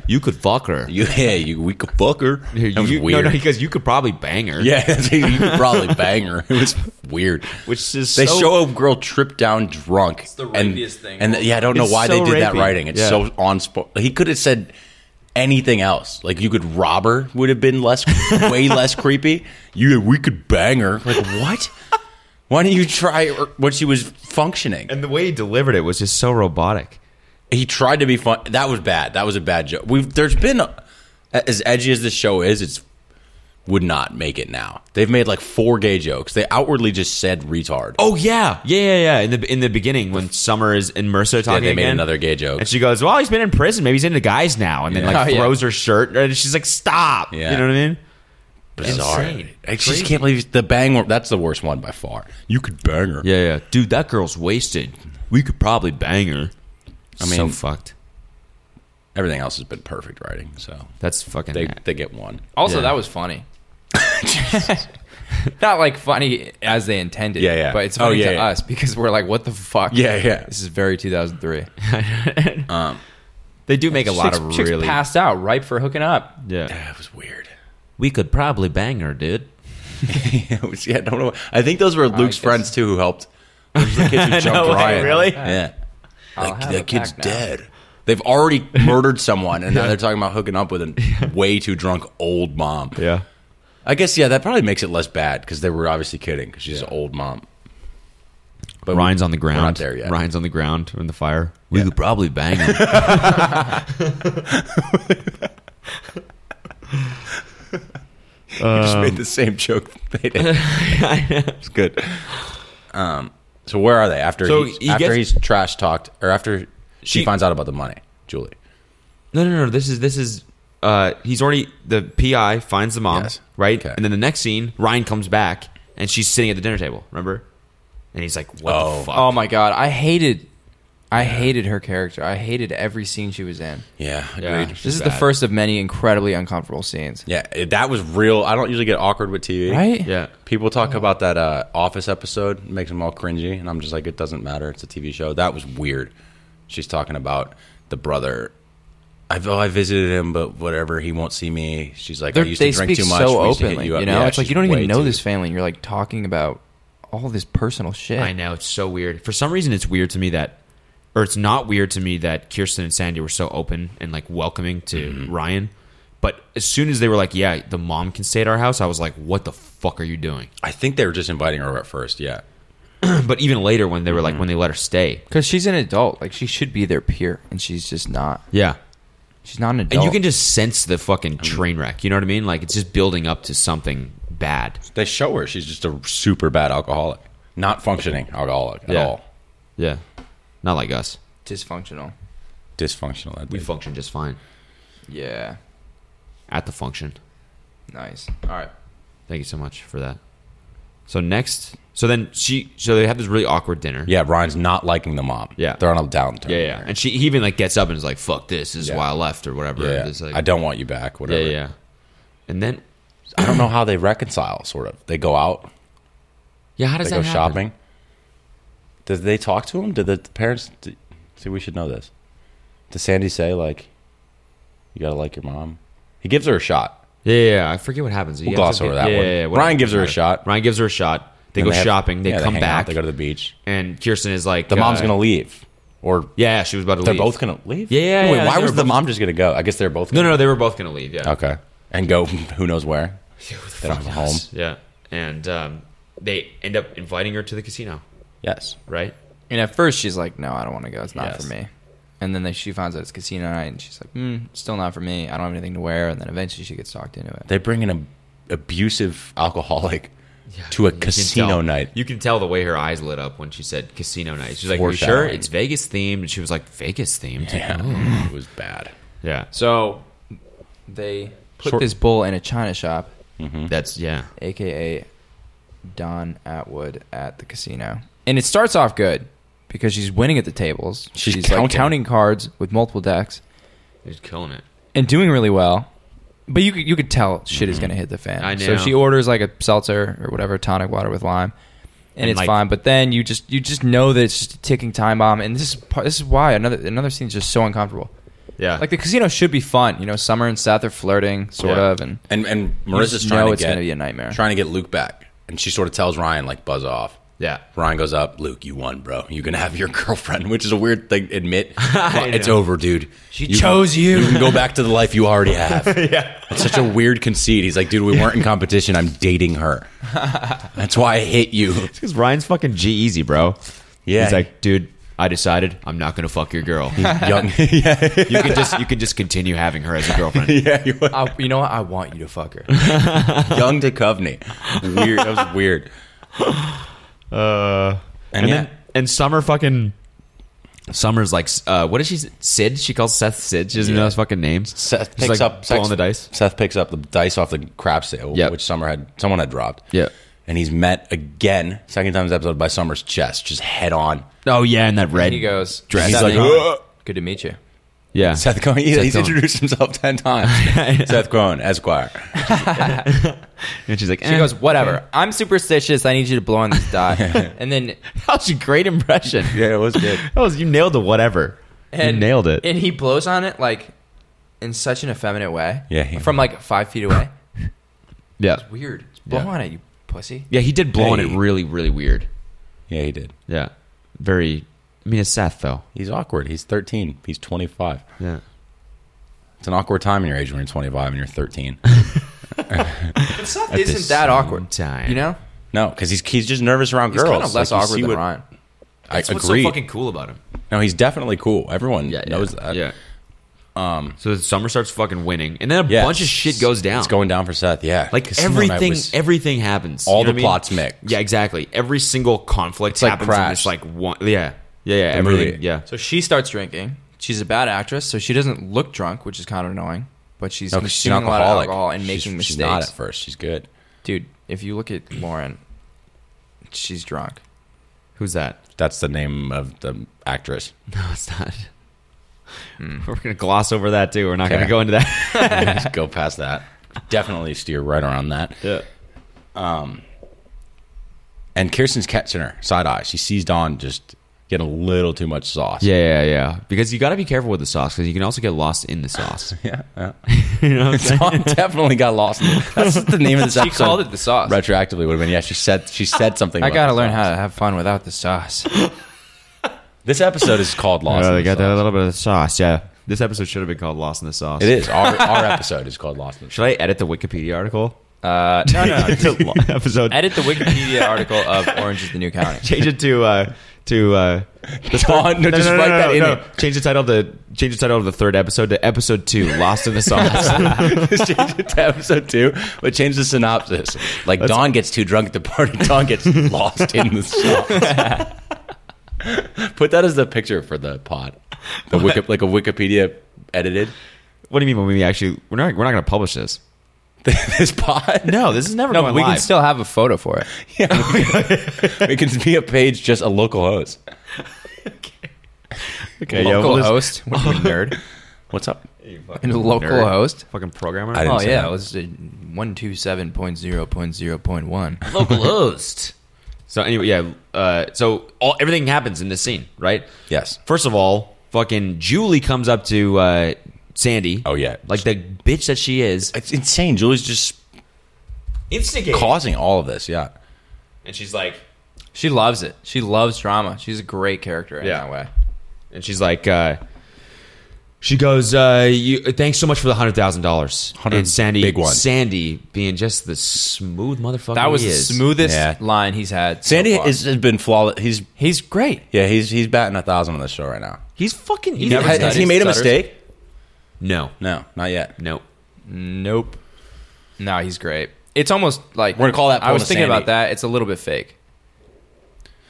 you could fuck her. You, yeah, you we could fuck her. That was You- weird. No, no, because you could probably bang her. yeah, that's- you could probably bang her. It was weird. which is They so- show a girl tripped down drunk. It's the and, rapiest thing. And yeah, I don't know It's why so they did that rapey. writing. It's Yeah. so on spot. He could have said anything else. Like you could rob her would have been less, way less creepy. You, we could bang her. Like what? Why don't you try her- what she was functioning? and the way he delivered it was just so robotic. he tried to be fun. That was bad. That was a bad joke. We've there's been a, as edgy as this show is. It's would not make it now. They've made like four gay jokes. They outwardly just said retard. Oh yeah, yeah, yeah, yeah. In the in the beginning, when Summer is and Mercer are talking, they made again, another gay joke. and she goes, "Well, he's been in prison. Maybe he's into guys now." And then Yeah. like Oh, yeah. throws her shirt, and she's like, "Stop!" Yeah. You know what I mean? Bizarre. insane. I just can't believe the bang. one- That's the worst one by far. You could bang her. Yeah, yeah. Dude, that girl's wasted. We could probably bang her. I mean- so fucked. everything else has been perfect writing. So That's fucking. they they get one. Oh, Also, Yeah. that was funny. Not like funny as they intended. Yeah, yeah. But it's Oh, funny yeah, to yeah. us because we're like, what the fuck? Yeah, yeah. This is very 2003. they do make a lot Chicks- of chicks really. passed out, ripe for hooking up. yeah. That was weird. We could probably bang her, dude. It was- yeah, I don't know. I think those were Luke's guess- friends too who helped. Those were the kids who jumped way, Ryan. really? Yeah. I'll Like, have that it kid's back now. dead. They've already murdered someone, and now they're talking about hooking up with a way too drunk old mom. Yeah. I guess yeah, that probably makes it less bad because they were obviously kidding because she's an old mom. But we- Ryan's on the we're ground. not there yet. Ryan's on the ground in the fire. We could probably bang him. just Um, made the same joke. They did. it's good. Um, so where are they after? So he's, he after gets- he's trash talked, or after she, She- finds out about the money, Julie. No, no, no. This is this is. Uh, he's already the PI finds the mom, Yes. right? Okay. And then the next scene, Ryan comes back and she's sitting at the dinner table. Remember? And he's like, "What Oh. the fuck?" Oh my god, I hated, I hated her character. I hated every scene she was in. Yeah, Yeah. agreed. this is the bad. first of many incredibly uncomfortable scenes. Yeah, it- that was real. I don't usually get awkward with TV. Right? Yeah. People talk about that uh, Office episode, it makes them all cringy, and I'm just like, it doesn't matter. It's a TV show. That was weird. She's talking about the brother. I've, oh, I visited him, but whatever. He won't see me. She's like, They're- I used they to drink speak too much. so we used to hit openly. up. You know, Yeah, it's like you she's don't way even know too- this family, and you're like talking about all this personal shit. I know it's so weird. For some reason, it's weird to me that, or it's not weird to me that Kirsten and Sandy were so open and like welcoming to Mm-hmm. Ryan. But as soon as they were like, "Yeah, the mom can stay at our house," I was like, "What the fuck are you doing?" I think they were just inviting her at first. Yeah. But even later, when they were Mm-hmm. like, when they let her stay, because she's an adult. Like she should be their peer, and she's just not. yeah, She's not an adult. and you can just sense the fucking train wreck. You know what I mean? Like it's just building up to something bad. They show her she's just a super bad alcoholic, not functioning alcoholic at Yeah. all, Yeah, not like us. dysfunctional. dysfunctional. At We the- function just fine Yeah. at the function. Nice. All right. Thank you so much for that. So next, so then she, so they have this really awkward dinner. yeah, Ryan's not liking the mom. Yeah. they're on a downturn. Yeah, yeah. And she he even like gets up and is like, "Fuck this! This is Yeah. why I left or whatever." Yeah, This, like- I don't want you back. Yeah, Whatever. yeah. And then I don't know how they reconcile. Sort of. They go out. yeah, how They does go that happen? shopping. Did they talk to him? Did the parents? Did, see, we should know this. Does Sandy say like, "You gotta like your mom"? He gives her a shot. Yeah, yeah, yeah. I forget what happens. We'll gloss over that one. Ryan gives her a shot. Ryan gives her a shot. They Then go have- shopping. They yeah, come hang out, back, they go to the beach. and Kirsten is like, The mom's uh, gonna leave, or Yeah, yeah, she was about to They're leave. both gonna leave. Yeah, yeah, Wait, yeah, why they was were the both- mom just gonna go? I guess they're both. No, no, no, they were both gonna leave. Yeah. Okay, and go. Who knows where? They don't have a home. Yeah. And um, they end up inviting her to the casino, Yes. right? And at first she's like, "No, I don't want to go. It's not Yes. for me." And then they, she finds out it's casino night, and she's like, mm, "Still not for me. I don't have anything to wear." And then eventually she gets talked into it. They bring an ab- abusive alcoholic to a You can casino tell- night. You can tell the way her eyes lit up when she said casino night. She's like, "Are you sure? Foreshadowing. It's Vegas themed." And she was like, "Vegas themed." oh." Yeah, Mm. it was bad. Yeah. So So they put Sort- this bull in a china shop, Mm. that's yeah. aka Don Atwood, at the casino, and it starts off good because she's winning at the tables. She's like counting. counting cards with multiple decks He's killing it. and doing really well. But you could, you could tell shit is going to hit the fan. I So know. she orders like a seltzer or whatever, tonic water with lime, and, And, it's like- fine. But then you just you just know that it's just a ticking time bomb. And this is part, this is why another another scene's just so uncomfortable. Yeah. Like the casino should be fun, you know. Summer and Seth are flirting, sort Yeah. of, and And and just Marissa's trying know to it's get gonna be a nightmare. Trying to get Luke back, and she sort of tells Ryan like, "Buzz off." yeah. Ryan goes up, Luke, you won, bro. You can have your girlfriend, which is a weird thing to admit. But it's over, dude. She chose you. You can go back to the life you already have. yeah. It's such a weird conceit. He's like, dude, we weren't in competition. I'm dating her. That's why I hit you. Because Ryan's fucking G Easy, bro. Yeah. He's like, dude, I decided I'm not gonna fuck your girl. Young. yeah. you can just you can just continue having her as a girlfriend. yeah you were- I, you know what? I want you to fuck her. young Duchovny. Weird. That was weird. Uh, and, yeah. then and Summer fucking Summer's like uh, what is she Sid? She calls Seth Sid. She doesn't know his fucking name. Seth She's like picks up blowing Seth- the dice. Seth picks up the dice off the crap sale, Yep. which Summer had someone had dropped. Yeah. And he's met again, second time this episode, by Summer's chest, just head on. Oh yeah, and that red he goes, dress. He's "Seth, like, Don, "Ugh." good to meet you. Yeah. Seth Cohen. He, Seth he's Cohen. introduced himself ten times. Seth Cohen, Esquire. And she's like, She eh. goes, whatever. I'm superstitious. I need you to blow on this dot. and then That was a great impression. Yeah, it was good. That was you nailed the whatever. and, you nailed it. And he blows on it like in such an effeminate way. Yeah, he- from like five feet away. yeah. Weird. Blow Yeah. on it, you pussy. Yeah, he did blow on it Hey. really, really weird. Yeah, he did. Yeah. Very I mean it's Seth though. He's awkward. He's thirteen. He's twenty five. Yeah. It's an awkward time in your age when you're twenty five and you're thirteen. But Seth At the isn't that same awkward. time. You know? No, because he's he's just nervous around He's girls. kind of less Like, you awkward see than what- Ryan. I That's what's agree. so fucking cool about him. no, he's definitely cool. Everyone Yeah, yeah. knows that. Yeah. Um so the summer starts fucking winning and then a Yeah, bunch of shit goes down. It's going down for Seth. Yeah, like Casino Night everything was- everything happens. All You know the what I mean? plots mix. Yeah, exactly. Every single conflict like happens in Crash. this like one yeah. Yeah, yeah, The everything. movie. Yeah. So she starts drinking. She's a bad actress, so she doesn't look drunk, which is kind of annoying. But she's No, 'cause she's an consuming a lot of alcoholic. alcohol and She's- making mistakes. She's not at first. She's good. Dude, if you look at Lauren, she's drunk. Who's that? That's the name of the actress. No, it's not. We're gonna gloss over that too. We're not gonna Okay. go into that. Just go past that. Definitely steer right around that. Um, yeah. And Kirsten's catching her side eye. She sees Dawn just getting a little too much sauce. Yeah, yeah, yeah. Because you got to be careful with the sauce because you can also get lost in the sauce. yeah. yeah. you know what I'm saying? Dawn definitely got lost. in it. That's the name of this She episode. called it the sauce. Retroactively would have been yeah. She said she said something. I about gotta the learn sauce. how to have fun without the sauce. This episode is called Lost. in the Sauce. little bit of sauce. Yeah. This episode should have been called Lost in the Sauce. It is our, our episode is called Lost in the Sauce. Should I edit the Wikipedia article? Uh, no, no, no. To lo- episode. Edit the Wikipedia article of Orange is the New County. Change it to uh, to uh, the Dawn, no, just write that in it. Change the title to change the title of the third episode to episode two, Lost in the Sauce. Let's change it to episode two, but change the synopsis. Like Don gets too drunk at the party, Don gets lost in the sauce. Put that as the picture for the pod, the Wiki, like a Wikipedia edited what do you mean when we actually we're not we're not going to publish this? this pod. No, this is never No, going we live. can still have a photo for it. it can be a page just a local host. okay, yeah, local we'll just- host, what are you, a nerd? What's up? And a local nerd. host. Fucking programmer. I didn't Oh say yeah, that. it was uh, one two seven point zero point zero point one. local host. So anyway, yeah. Uh, so all everything happens in this scene, right? Yes. First of all, fucking Julie comes up to uh, Sandy. Oh, yeah. like the bitch that she is, It's insane. Julie's just instigating, causing all of this. Yeah. and she's like, She loves it. She loves drama. She's a great character in Yeah. that way. and she's like, uh, she goes, uh, you, "Thanks so much for the hundred thousand dollars." Hundred And Sandy, big one. Sandy being just the smooth motherfucker. That was he the is. smoothest Yeah. line he's had. so Sandy far. is, has been flawless. He's He's great. yeah. He's he's batting a thousand on this show right now. He's fucking. He never has, stutters, has he made a stutters. mistake? no, No, not yet. no. Nope. No, he's great. It's almost like We're gonna call that I was Paul thinking Sandy. about that. It's a little bit fake.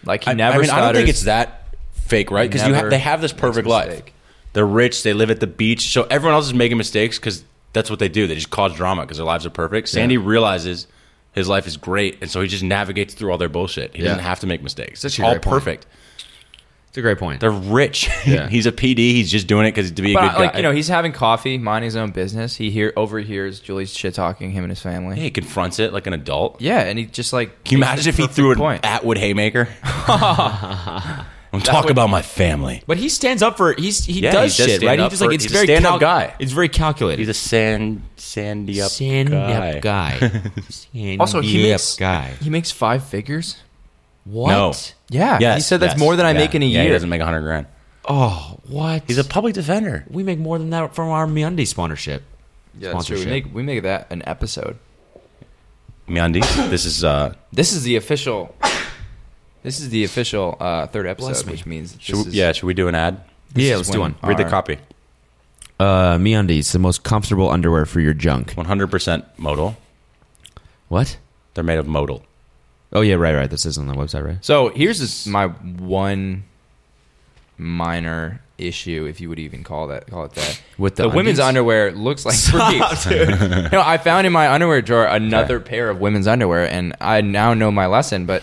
Like he I, never. I mean, I don't think stutters. it's that fake, right? Because you ha- Never they have this makes perfect a life. mistake. They're rich. They live at the beach. So everyone else is making mistakes because that's what they do. They just cause drama because their lives are perfect. Sandy realizes his life is great, and so he just navigates through all their bullshit. He Yeah. doesn't have to make mistakes. Such It's a all great point. perfect. It's a great point. They're rich. Yeah. he's a PD. He's just doing it because to be a But good like guy. you know, he's having coffee, minding his own business. He hear overhears Julie's shit talking him and his family. he confronts it like an adult. Yeah, and he just like. Can you makes imagine the if he perfect threw an point. Atwood haymaker? I'm talking about my family. But he stands up for he's he Yeah, does he does shit stand right. He up just like for- it's he's a very stand-up guy. It's very calculated. He's a sand, sandy up stand guy. up guy. Stand Also, he up makes- guy. He makes five figures. What? No. Yeah, he Yes, said that's yes, more than I yeah. make in a Yeah, year. He doesn't make a hundred grand. Oh, what? He's a public defender. we make more than that from our Meundy sponsorship. yeah, that's true. We Sponsorship. make we make that an episode. Meundies. This is uh. This is the official. This is the official uh, third Bless episode, me. which means this Should we, is, yeah, should we do an ad? this yeah, is let's when do one. Read the our- copy. Uh, Meundies, the most comfortable underwear for your junk. One hundred percent modal. What? They're made of modal. Oh yeah, right, right. This is on the website, right? So here's this- my one minor issue, if you would even call that call it that. With the the women's undies? underwear looks like briefs. no, I found in my underwear drawer another pair of women's underwear, and I now know my lesson. But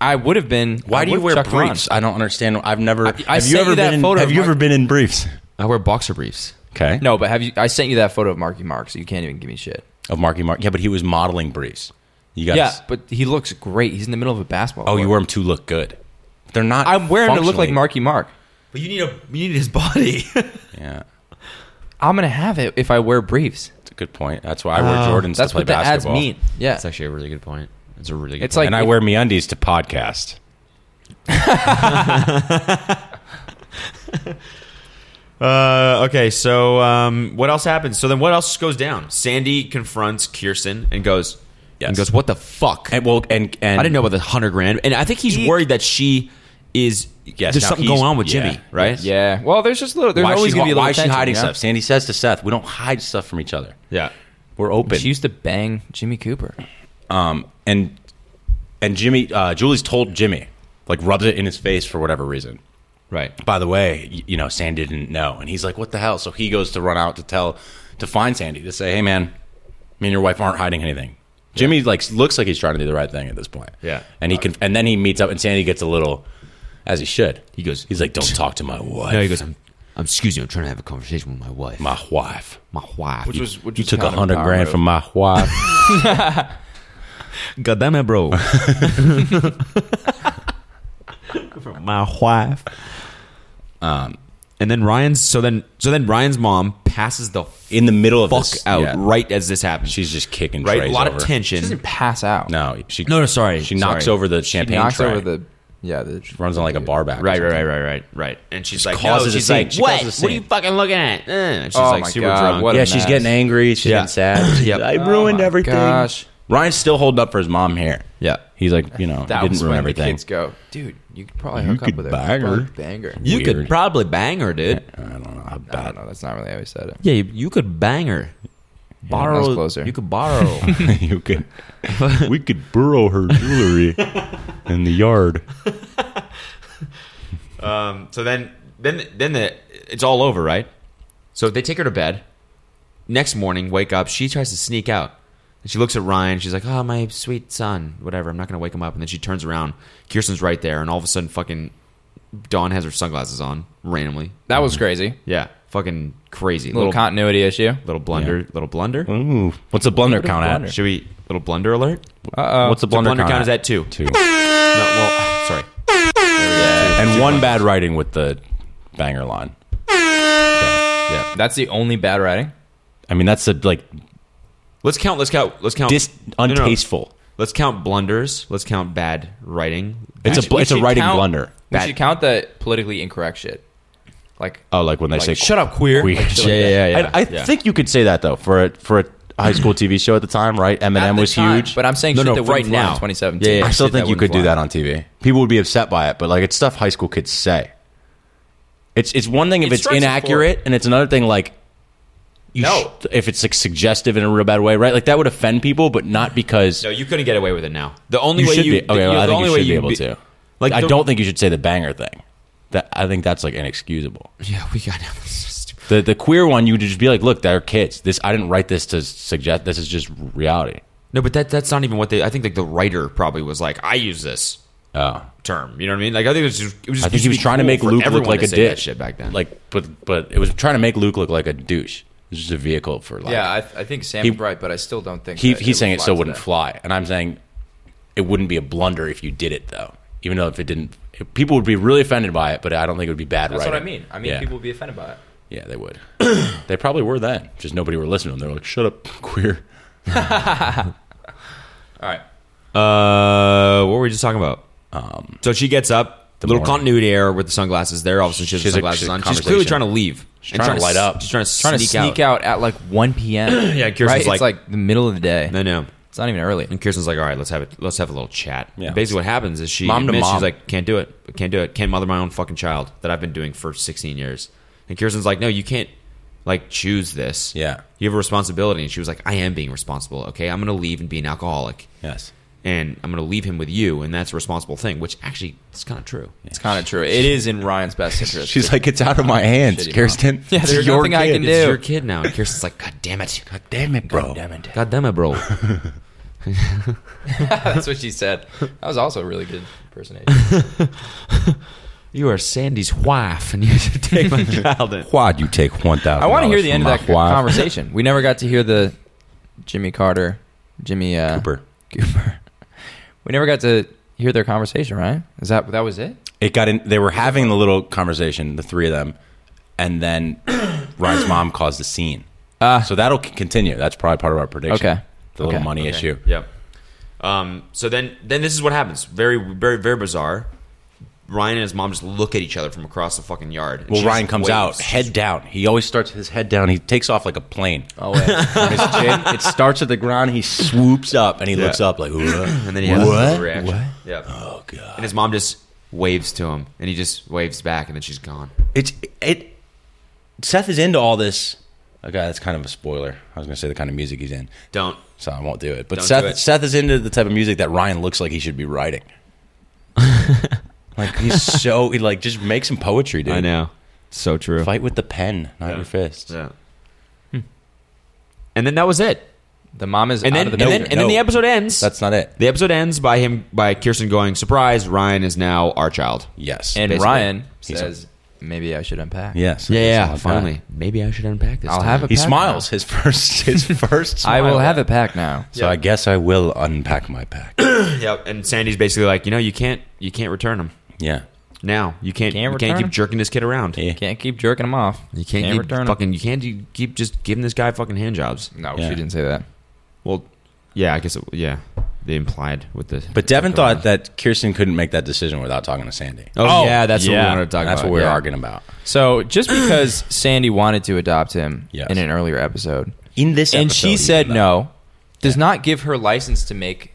I would have been. Why I do you would wear have chucked her on. briefs? I don't understand. I've never. I have sent you you ever that been? In, photo have of you my- ever been in briefs? I wear boxer briefs. Okay. No, but have you? I sent you that photo of Marky Mark, so you can't even give me shit. Of Marky Mark. Yeah, but he was modeling briefs. You guys. Yeah, but he looks great. He's in the middle of a basketball. Oh, court. you wear them to look good. They're not. I'm wearing them to look like functionally- Marky Mark. But you need a you need his body. Yeah, I'm gonna have it if I wear briefs. it's a good point. That's why I wear Jordans Ah. That's to play what the basketball, ads mean. Yeah, That's actually a really good point. It's a really good. It's point. like- and I wear MeUndies to podcast. Uh, okay, so um, what else happens? So then, what else goes down? Sandy confronts Kirsten and goes, Yes. and goes, "What the fuck? And well, and and I didn't know about the hundred grand." And I think he's worried that she is. Yes, there's now something he's- going on with yeah. Jimmy, right? yeah. Well, there's just little. There's why is always she, gonna be a little. why is she tension, hiding yeah? stuff. Sandy says to Seth, "We don't hide stuff from each other. yeah. We're open." She used to bang Jimmy Cooper. um, and and Jimmy, uh, Julie's told Jimmy, like rubs it in his face for whatever reason. Right. By the way, y- you know, Sandy didn't know, and he's like, "What the hell?" So he goes to run out to tell, to find Sandy to say, "Hey, man, me and your wife aren't hiding anything." Jimmy like looks like he's trying to do the right thing at this point. Yeah. and he can, and then he meets up, and Sandy gets a little, as he should. He goes- he's like, "Don't talk to my wife." No, he goes. I'm, I'm. Excuse me. I'm trying to have a conversation with my wife. my wife. my wife. Which was which You was took a kind of hundred power grand move. from my wife. God damn it, bro. my wife. Um, and then Ryan's. So then, so then Ryan's mom passes the in the middle of fuck this, out yeah. right as this happens. She's just kicking right, a trays lot over. of She doesn't tension. pass out. No, she No, no, sorry, She knocks sorry. over the she champagne knocks tray. over the. Yeah, the runs on like a bar back. or Right, right, something. right, right, right, right. And she's like, causes no, a she's scene. like, She what? causes a What are you scene. fucking looking at? Eh. And she's Oh like my super God, drunk. what a Yeah, she's mess. getting angry. She's Yeah. getting sad. She's like, I Oh ruined my everything. Gosh, Ryan's still holding up for his mom here. Yeah. He's like, you know, that I didn't was ruin when everything. the kids go, dude. You could probably hook could up with her. bang her. Fuck, Bang her. You could Weird. probably bang her, dude. I don't know how I don't bad. know. That's not really how he said it. Yeah, you, you could bang her. Borrow. was closer. You could borrow. you could. we could burrow her jewelry in the yard. Um, so then, then, then the, it's all over, right? So they take her to bed. Next morning, wake up. She tries to sneak out. And she looks at Ryan. She's like, "Oh, my sweet son, whatever. I'm not gonna wake him up." And then she turns around. Kirsten's right there, and all of a sudden, fucking Dawn has her sunglasses on randomly. That Mm-hmm. was crazy. Yeah, fucking crazy. Little Little, little, continuity issue. blunder. Little blunder. Ooh, what's the blunder count blunder? at? Should we little blunder alert? Uh What's the The blunder, blunder, count is at? at two. Two. No, well, sorry. And one bad writing with the banger line. Yeah. oh. That's the only bad writing. I mean, that's a like Let's count. Let's count. Let's count. dis- No, no, no. untasteful. Let's count blunders. Let's count bad writing. It's a bl- We it's a should writing count- blunder. We Bad- should count the politically incorrect shit. Like, Oh, like when they say like shut up, queer. queer. Like, shit like Yeah, that. yeah, yeah. I, I yeah. think you could say that though for a for a high school TV show at the time, right? At Eminem the was time, huge, But I'm saying No, shit no, that right right now, now. 2017. Yeah, yeah. I still think you could do that. that on TV. People would be upset by it, but like it's stuff high school kids say. It's it's one thing It if it's strikes a chord. inaccurate, and it's another thing like you No. sh- if it's like suggestive in a real bad way, right? Like that would offend people, but not because No, you couldn't get away with it now. The only you way should you be. Okay, well, the I think only you way should be you'd able to. Like Like I the- don't think you should say the banger thing. That I think that's like inexcusable. Yeah, we got this is stupid. The the queer one, you would just be like, look, they're kids. This I didn't write this to suggest. This is just reality. No, but that that's not even what they. I think like the writer probably was like, I use this Oh. term. You know what I mean? Like I think it was just. It was just I think used he was be trying to cool make for Luke look everyone like to a say that dick. Shit back then. Like, but but it was trying to make Luke look like a douche. It was just a vehicle for like. Yeah, I, I think Sam's He- right, but I still don't think he that he's saying would it still fly wouldn't today. fly, and I'm saying it wouldn't be a blunder if you did it though. Even though if it didn't, if- people would be really offended by it, but I don't think it would be bad. That's what I writing. mean. I mean, yeah. people would be offended by it. Yeah, they would. they probably were then. Just nobody were listening to them. They were like, "Shut up, queer." All right. uh, what were we just talking about? Um, So she gets up. The little morning. continuity error with the sunglasses there. All of a sudden, she has She's the a- sunglasses she's a on. She's clearly conversation. trying to leave. She's trying to light up. She's trying to Trying to sneak, sneak out. out. at like 1 p.m. Yeah, Kirsten's right? like- it's like the middle of the day. I know. It's not even early. And Kirsten's like, all right, let's have it. Let's have a little chat. Yeah. Basically, what happens is she Mom to admits she's mom. like, can't do it. Can't do it. Can't mother my own fucking child that I've been doing for 16 years. And Kirsten's like, no, you can't like choose this. Yeah. You have a responsibility. And she was like, I am being responsible. Okay. I'm going to leave and be an alcoholic. yes. And I'm going to leave him with you. And that's a responsible thing, which actually is kind of true. It's kind of true. It is in Ryan's best interest. She's like, "It's out of my hands, Shitty mom. Kirsten." Yeah, It's there's your nothing I kid. can do. It's Ew. your kid now. And Kirsten's like, God damn it. God, Damn it, bro. Damn it. God damn it, bro. That's what she said. That was also a really good impersonation. You are Sandy's wife, and you should take my child in. Why'd you take one thousand? I want to hear the end of that conversation. We never got to hear the Jimmy Carter, Jimmy uh, Cooper. Cooper. We never got to hear their conversation, right? Is that that was it? It got in. They were having the little conversation, the three of them, and then Ryan's mom caused the scene. Ah. so that'll c- continue. That's probably part of our prediction. Okay. the little Okay. money issue. Yep. Um, so then, then this is what happens. Very, very, very bizarre. Ryan and his mom just look at each other from across the fucking yard. and Well, she Ryan just comes waves. out head down. He always starts with his head down. He takes off like a plane. Oh wait. On his chin, it starts at the ground. He swoops up and he looks up like, and then he has what? a reaction. What? Yep. Oh god! And his mom just waves to him, and he just waves back, and then she's gone. It's it. Seth is into all this. Okay, that's kind of a spoiler. I was gonna say the kind of music he's in, Don't. so I won't do it. But Don't Seth, do it. Seth is into the type of music that Ryan looks like he should be writing. like he's so he like just make some poetry, dude. know. So true. Fight with the pen, not your fists. Yeah. And then that was it. The mom is And out then, of and the then, picture. and then No. the episode ends. That's not it. the episode ends by him, by Kirsten going, "Surprise! Ryan is now our child." Yes. and basically, Ryan he's says, "Maybe I should unpack." Yeah, yes. That's all yeah. I've got. Finally, maybe I should unpack this. I'll time. have it. He Pack smiles. His first, his first. I Smile. will have it packed now. So I guess I will unpack my pack. Yep. And Sandy's basically like, you know, you can't, you can't return him yeah. now. You can't, Can't you can't return keep him? jerking this kid around. Yeah. Can't keep jerking him off. You can't, keep return 'em. fucking, you can't do- keep just giving this guy fucking hand jobs. No, Yeah. she didn't say that. Well, yeah, I guess, it, yeah, they implied with the. But Devin thought that Kirsten couldn't make that decision without talking to Sandy. Oh, yeah, that's what we yeah. wanted to talk That's about. what we were yeah. arguing about. So just because Sandy wanted to adopt him Yes. in an earlier episode, In this, and episode, she even said though- no, does not give her license to make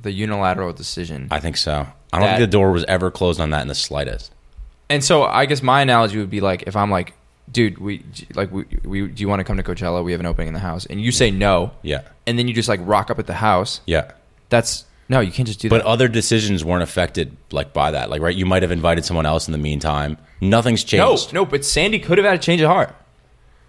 the unilateral decision. I think so. I don't That- think the door was ever closed on that in the slightest. and so I guess my analogy would be like if I'm like, dude, we like we, we do you want to come to Coachella? We have an opening in the house, and you say no, Yeah. and then you just like rock up at the house. Yeah. That's no, you can't just do But that. other decisions weren't affected like by that. Like, right? You might have invited someone else in the meantime. Nothing's No, changed. no, but Sandy could have had a change of heart.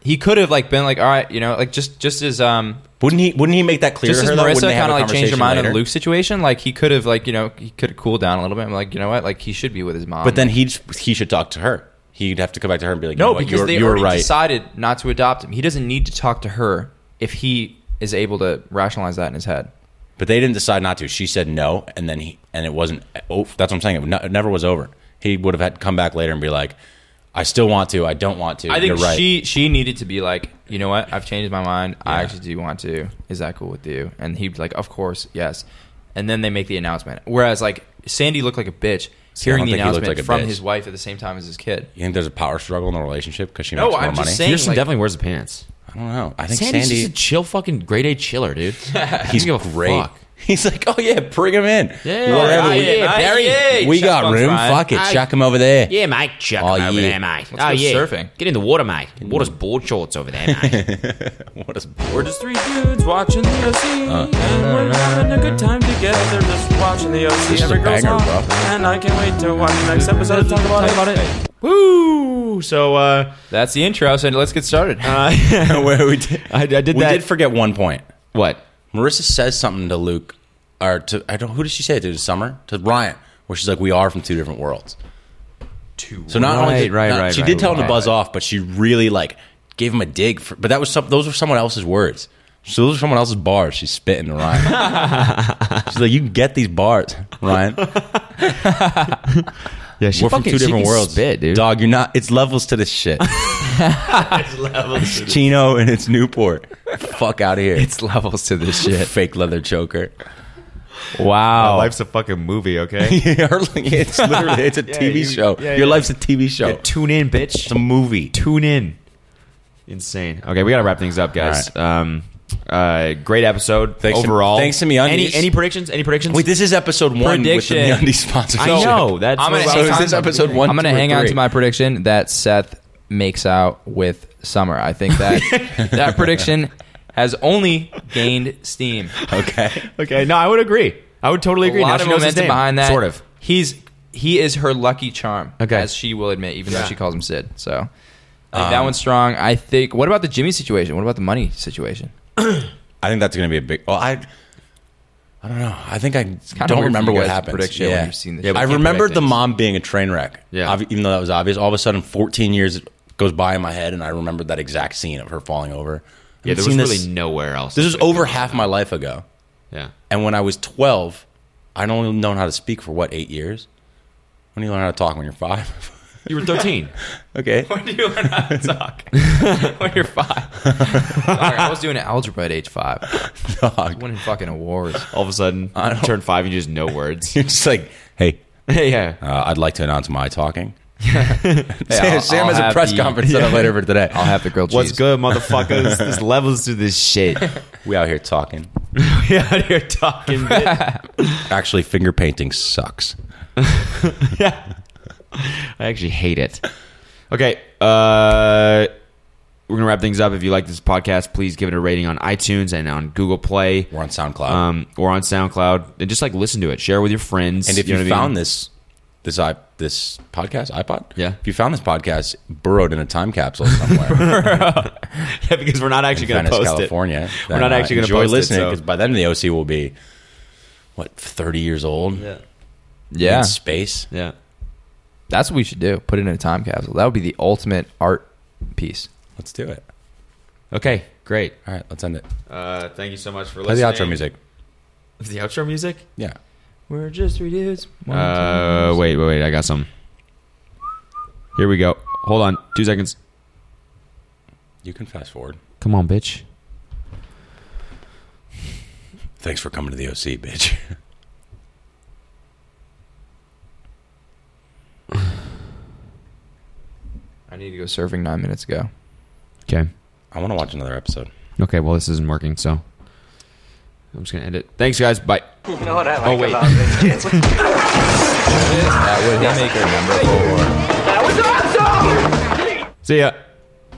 He could have like been like, all right, you know, like just just as um Wouldn't he? Wouldn't he make that clear just to as her? though? Wouldn't Marissa they have kind a of like changed her conversation mind on later? Luke's situation, like he could have like you know he could have cooled down a little bit. I'm like, you know what, like he should be with his mom. But then he he should talk to her. He'd have to come back to her and be like, no, you know what, because you were, they you were already right. decided not to adopt him. He doesn't need to talk to her if he is able to rationalize that in his head. But they didn't decide not to. She said no, and then he and it wasn't. Oh, that's what I'm saying. It, no, it never was over. He would have had to come back later and be like, "I still want to. I don't want to." I think You're right. she she needed to be like, you know what, I've changed my mind. I actually do want to. Is that cool with you? And he'd be like, of course, yes. And then they make the announcement. Whereas like Sandy looked like a bitch I hearing don't the think he looked announcement like a from bitch. his wife at the same time as his kid. you think there's a power struggle in the relationship because she No, makes more I'm money? just saying- Kirsten like- definitely wears the pants. I don't know. I think Sandy's Sandy. just a chill fucking grade A chiller, dude. he's give a great. fuck. He's like, "Oh yeah, bring him in. Yeah, Whatever. yeah, we yeah, Barry, yeah. we Chuck got Bunk's room. fine. Fuck it. I- Chuck him over there. Yeah, mate, chuck Oh, him over yeah. there, mate. Let's oh go yeah, surfing. Get in the water, mate. Water's board shorts over there, mate. What is? We're just three dudes watching the OC, Uh, and we're having a good time together. Just watching the OC. is Every a girl's banger, hot, bro. and I can't wait to watch the next episode and talk about it. Woo! So, uh, That's the intro. So let's get started. uh Where we did? I, I did we that. did forget one point. what? Marissa says something to Luke, or to I don't. Who did she say it to? To Summer? To Ryan? Where she's like, "We are from two different worlds." Two. So not only Right, did, right, not- right, she right, did tell him right. to buzz off, but she really like gave him a dig. For, but that was some, those were someone else's words. So those are someone else's bars. She's spitting to Ryan. she's like, "You can get these bars, Ryan. Yeah, she We're from two different worlds, Spit, dude. Dog, you're not. It's levels to this shit. it's levels. It's Chino and it's Newport. Fuck out of here. it's levels to this shit. fake leather choker. Wow. Life's a fucking movie, okay? it's literally it's a TV you- show. yeah, yeah. Your life's a TV show. Yeah, tune in, bitch. it's a movie. tune in. Insane. Okay, we gotta wrap things up, guys. Um, uh, great episode Thanks to- overall. thanks to MeUndies. Any any predictions? Any predictions? Wait, this is episode one Prediction. with the MeUndies sponsorship. I know that's I'm gonna what So I is was- this episode one? I'm going to two, or hang on three? to my prediction that Seth makes out with Summer. I think that that prediction has only gained steam. Okay. okay. No, I would agree. I would totally agree. A lot now of she knows his momentum name. behind that. Sort of. He's he is her lucky charm, Okay. as she will admit, even though Yeah. she calls him Sid. So I think that one's strong. I think. What about the Jimmy situation? What about the money situation? I think that's going to be a big. Well, I. I don't know. I think I kinda weird don't for remember you what guys to happened. predict shit when you've seen this Yeah, shit. we I can't remembered predict the things. mom being a train wreck. Yeah. Ob- even though that was obvious. All of a sudden, 14 years goes by in my head, and I remembered that exact scene of her falling over. I Yeah, there haven't was seen really this, nowhere else. This was that over could- half my life ago, Yeah. and when I was 12, I'd only known how to speak for what eight years. When do you learn how to talk when you're five? You were 13. okay. When do you learn how to talk? when you're five. Sorry, I was doing algebra at age five. Dog. Winning fucking awards. All of a sudden, you turn five, you just know words. You're just like, hey, yeah. uh, I'd like to announce my talking. Sam, I'll- Sam I'll has a have press the- conference set up later for today. I'll have the grilled cheese. What's good, motherfuckers? There's levels to this shit. We out here talking. we out here talking. Bitch. Actually, finger painting sucks. I actually hate it. Okay, uh, we're gonna wrap things up. If you like this podcast, please give it a rating on iTunes and on Google Play. We're on SoundCloud. Um, or on SoundCloud, and just like listen to it, share it with your friends. and if you, know what I found mean? this this i this podcast iPod, Yeah. if you found this podcast burrowed in a time capsule somewhere yeah, because we're not actually in going to Venice, post California, it. We're not then, uh, actually going to enjoy post listening it. so- because by then the OC will be what thirty years old. Yeah, Yeah. in space. Yeah, That's what we should do. Put it in a time capsule. That would be the ultimate art piece. Let's do it. Okay, great. All right, let's end it. Uh, thank you so much for Play the listening. outro music. The outro music. Yeah, We're just three dudes. One, Uh, wait, wait, wait. I got some. Here we go. Hold on, two seconds. you can fast forward. Come on, bitch. Thanks for coming to the OC, bitch. I need to go surfing nine minutes ago. Okay. I want to watch another episode. Okay. Well, this isn't working, so I'm just gonna end it. Thanks, guys. Bye. Oh, You know what I like wait. about this kids? That would make it memorable. That was awesome! See ya.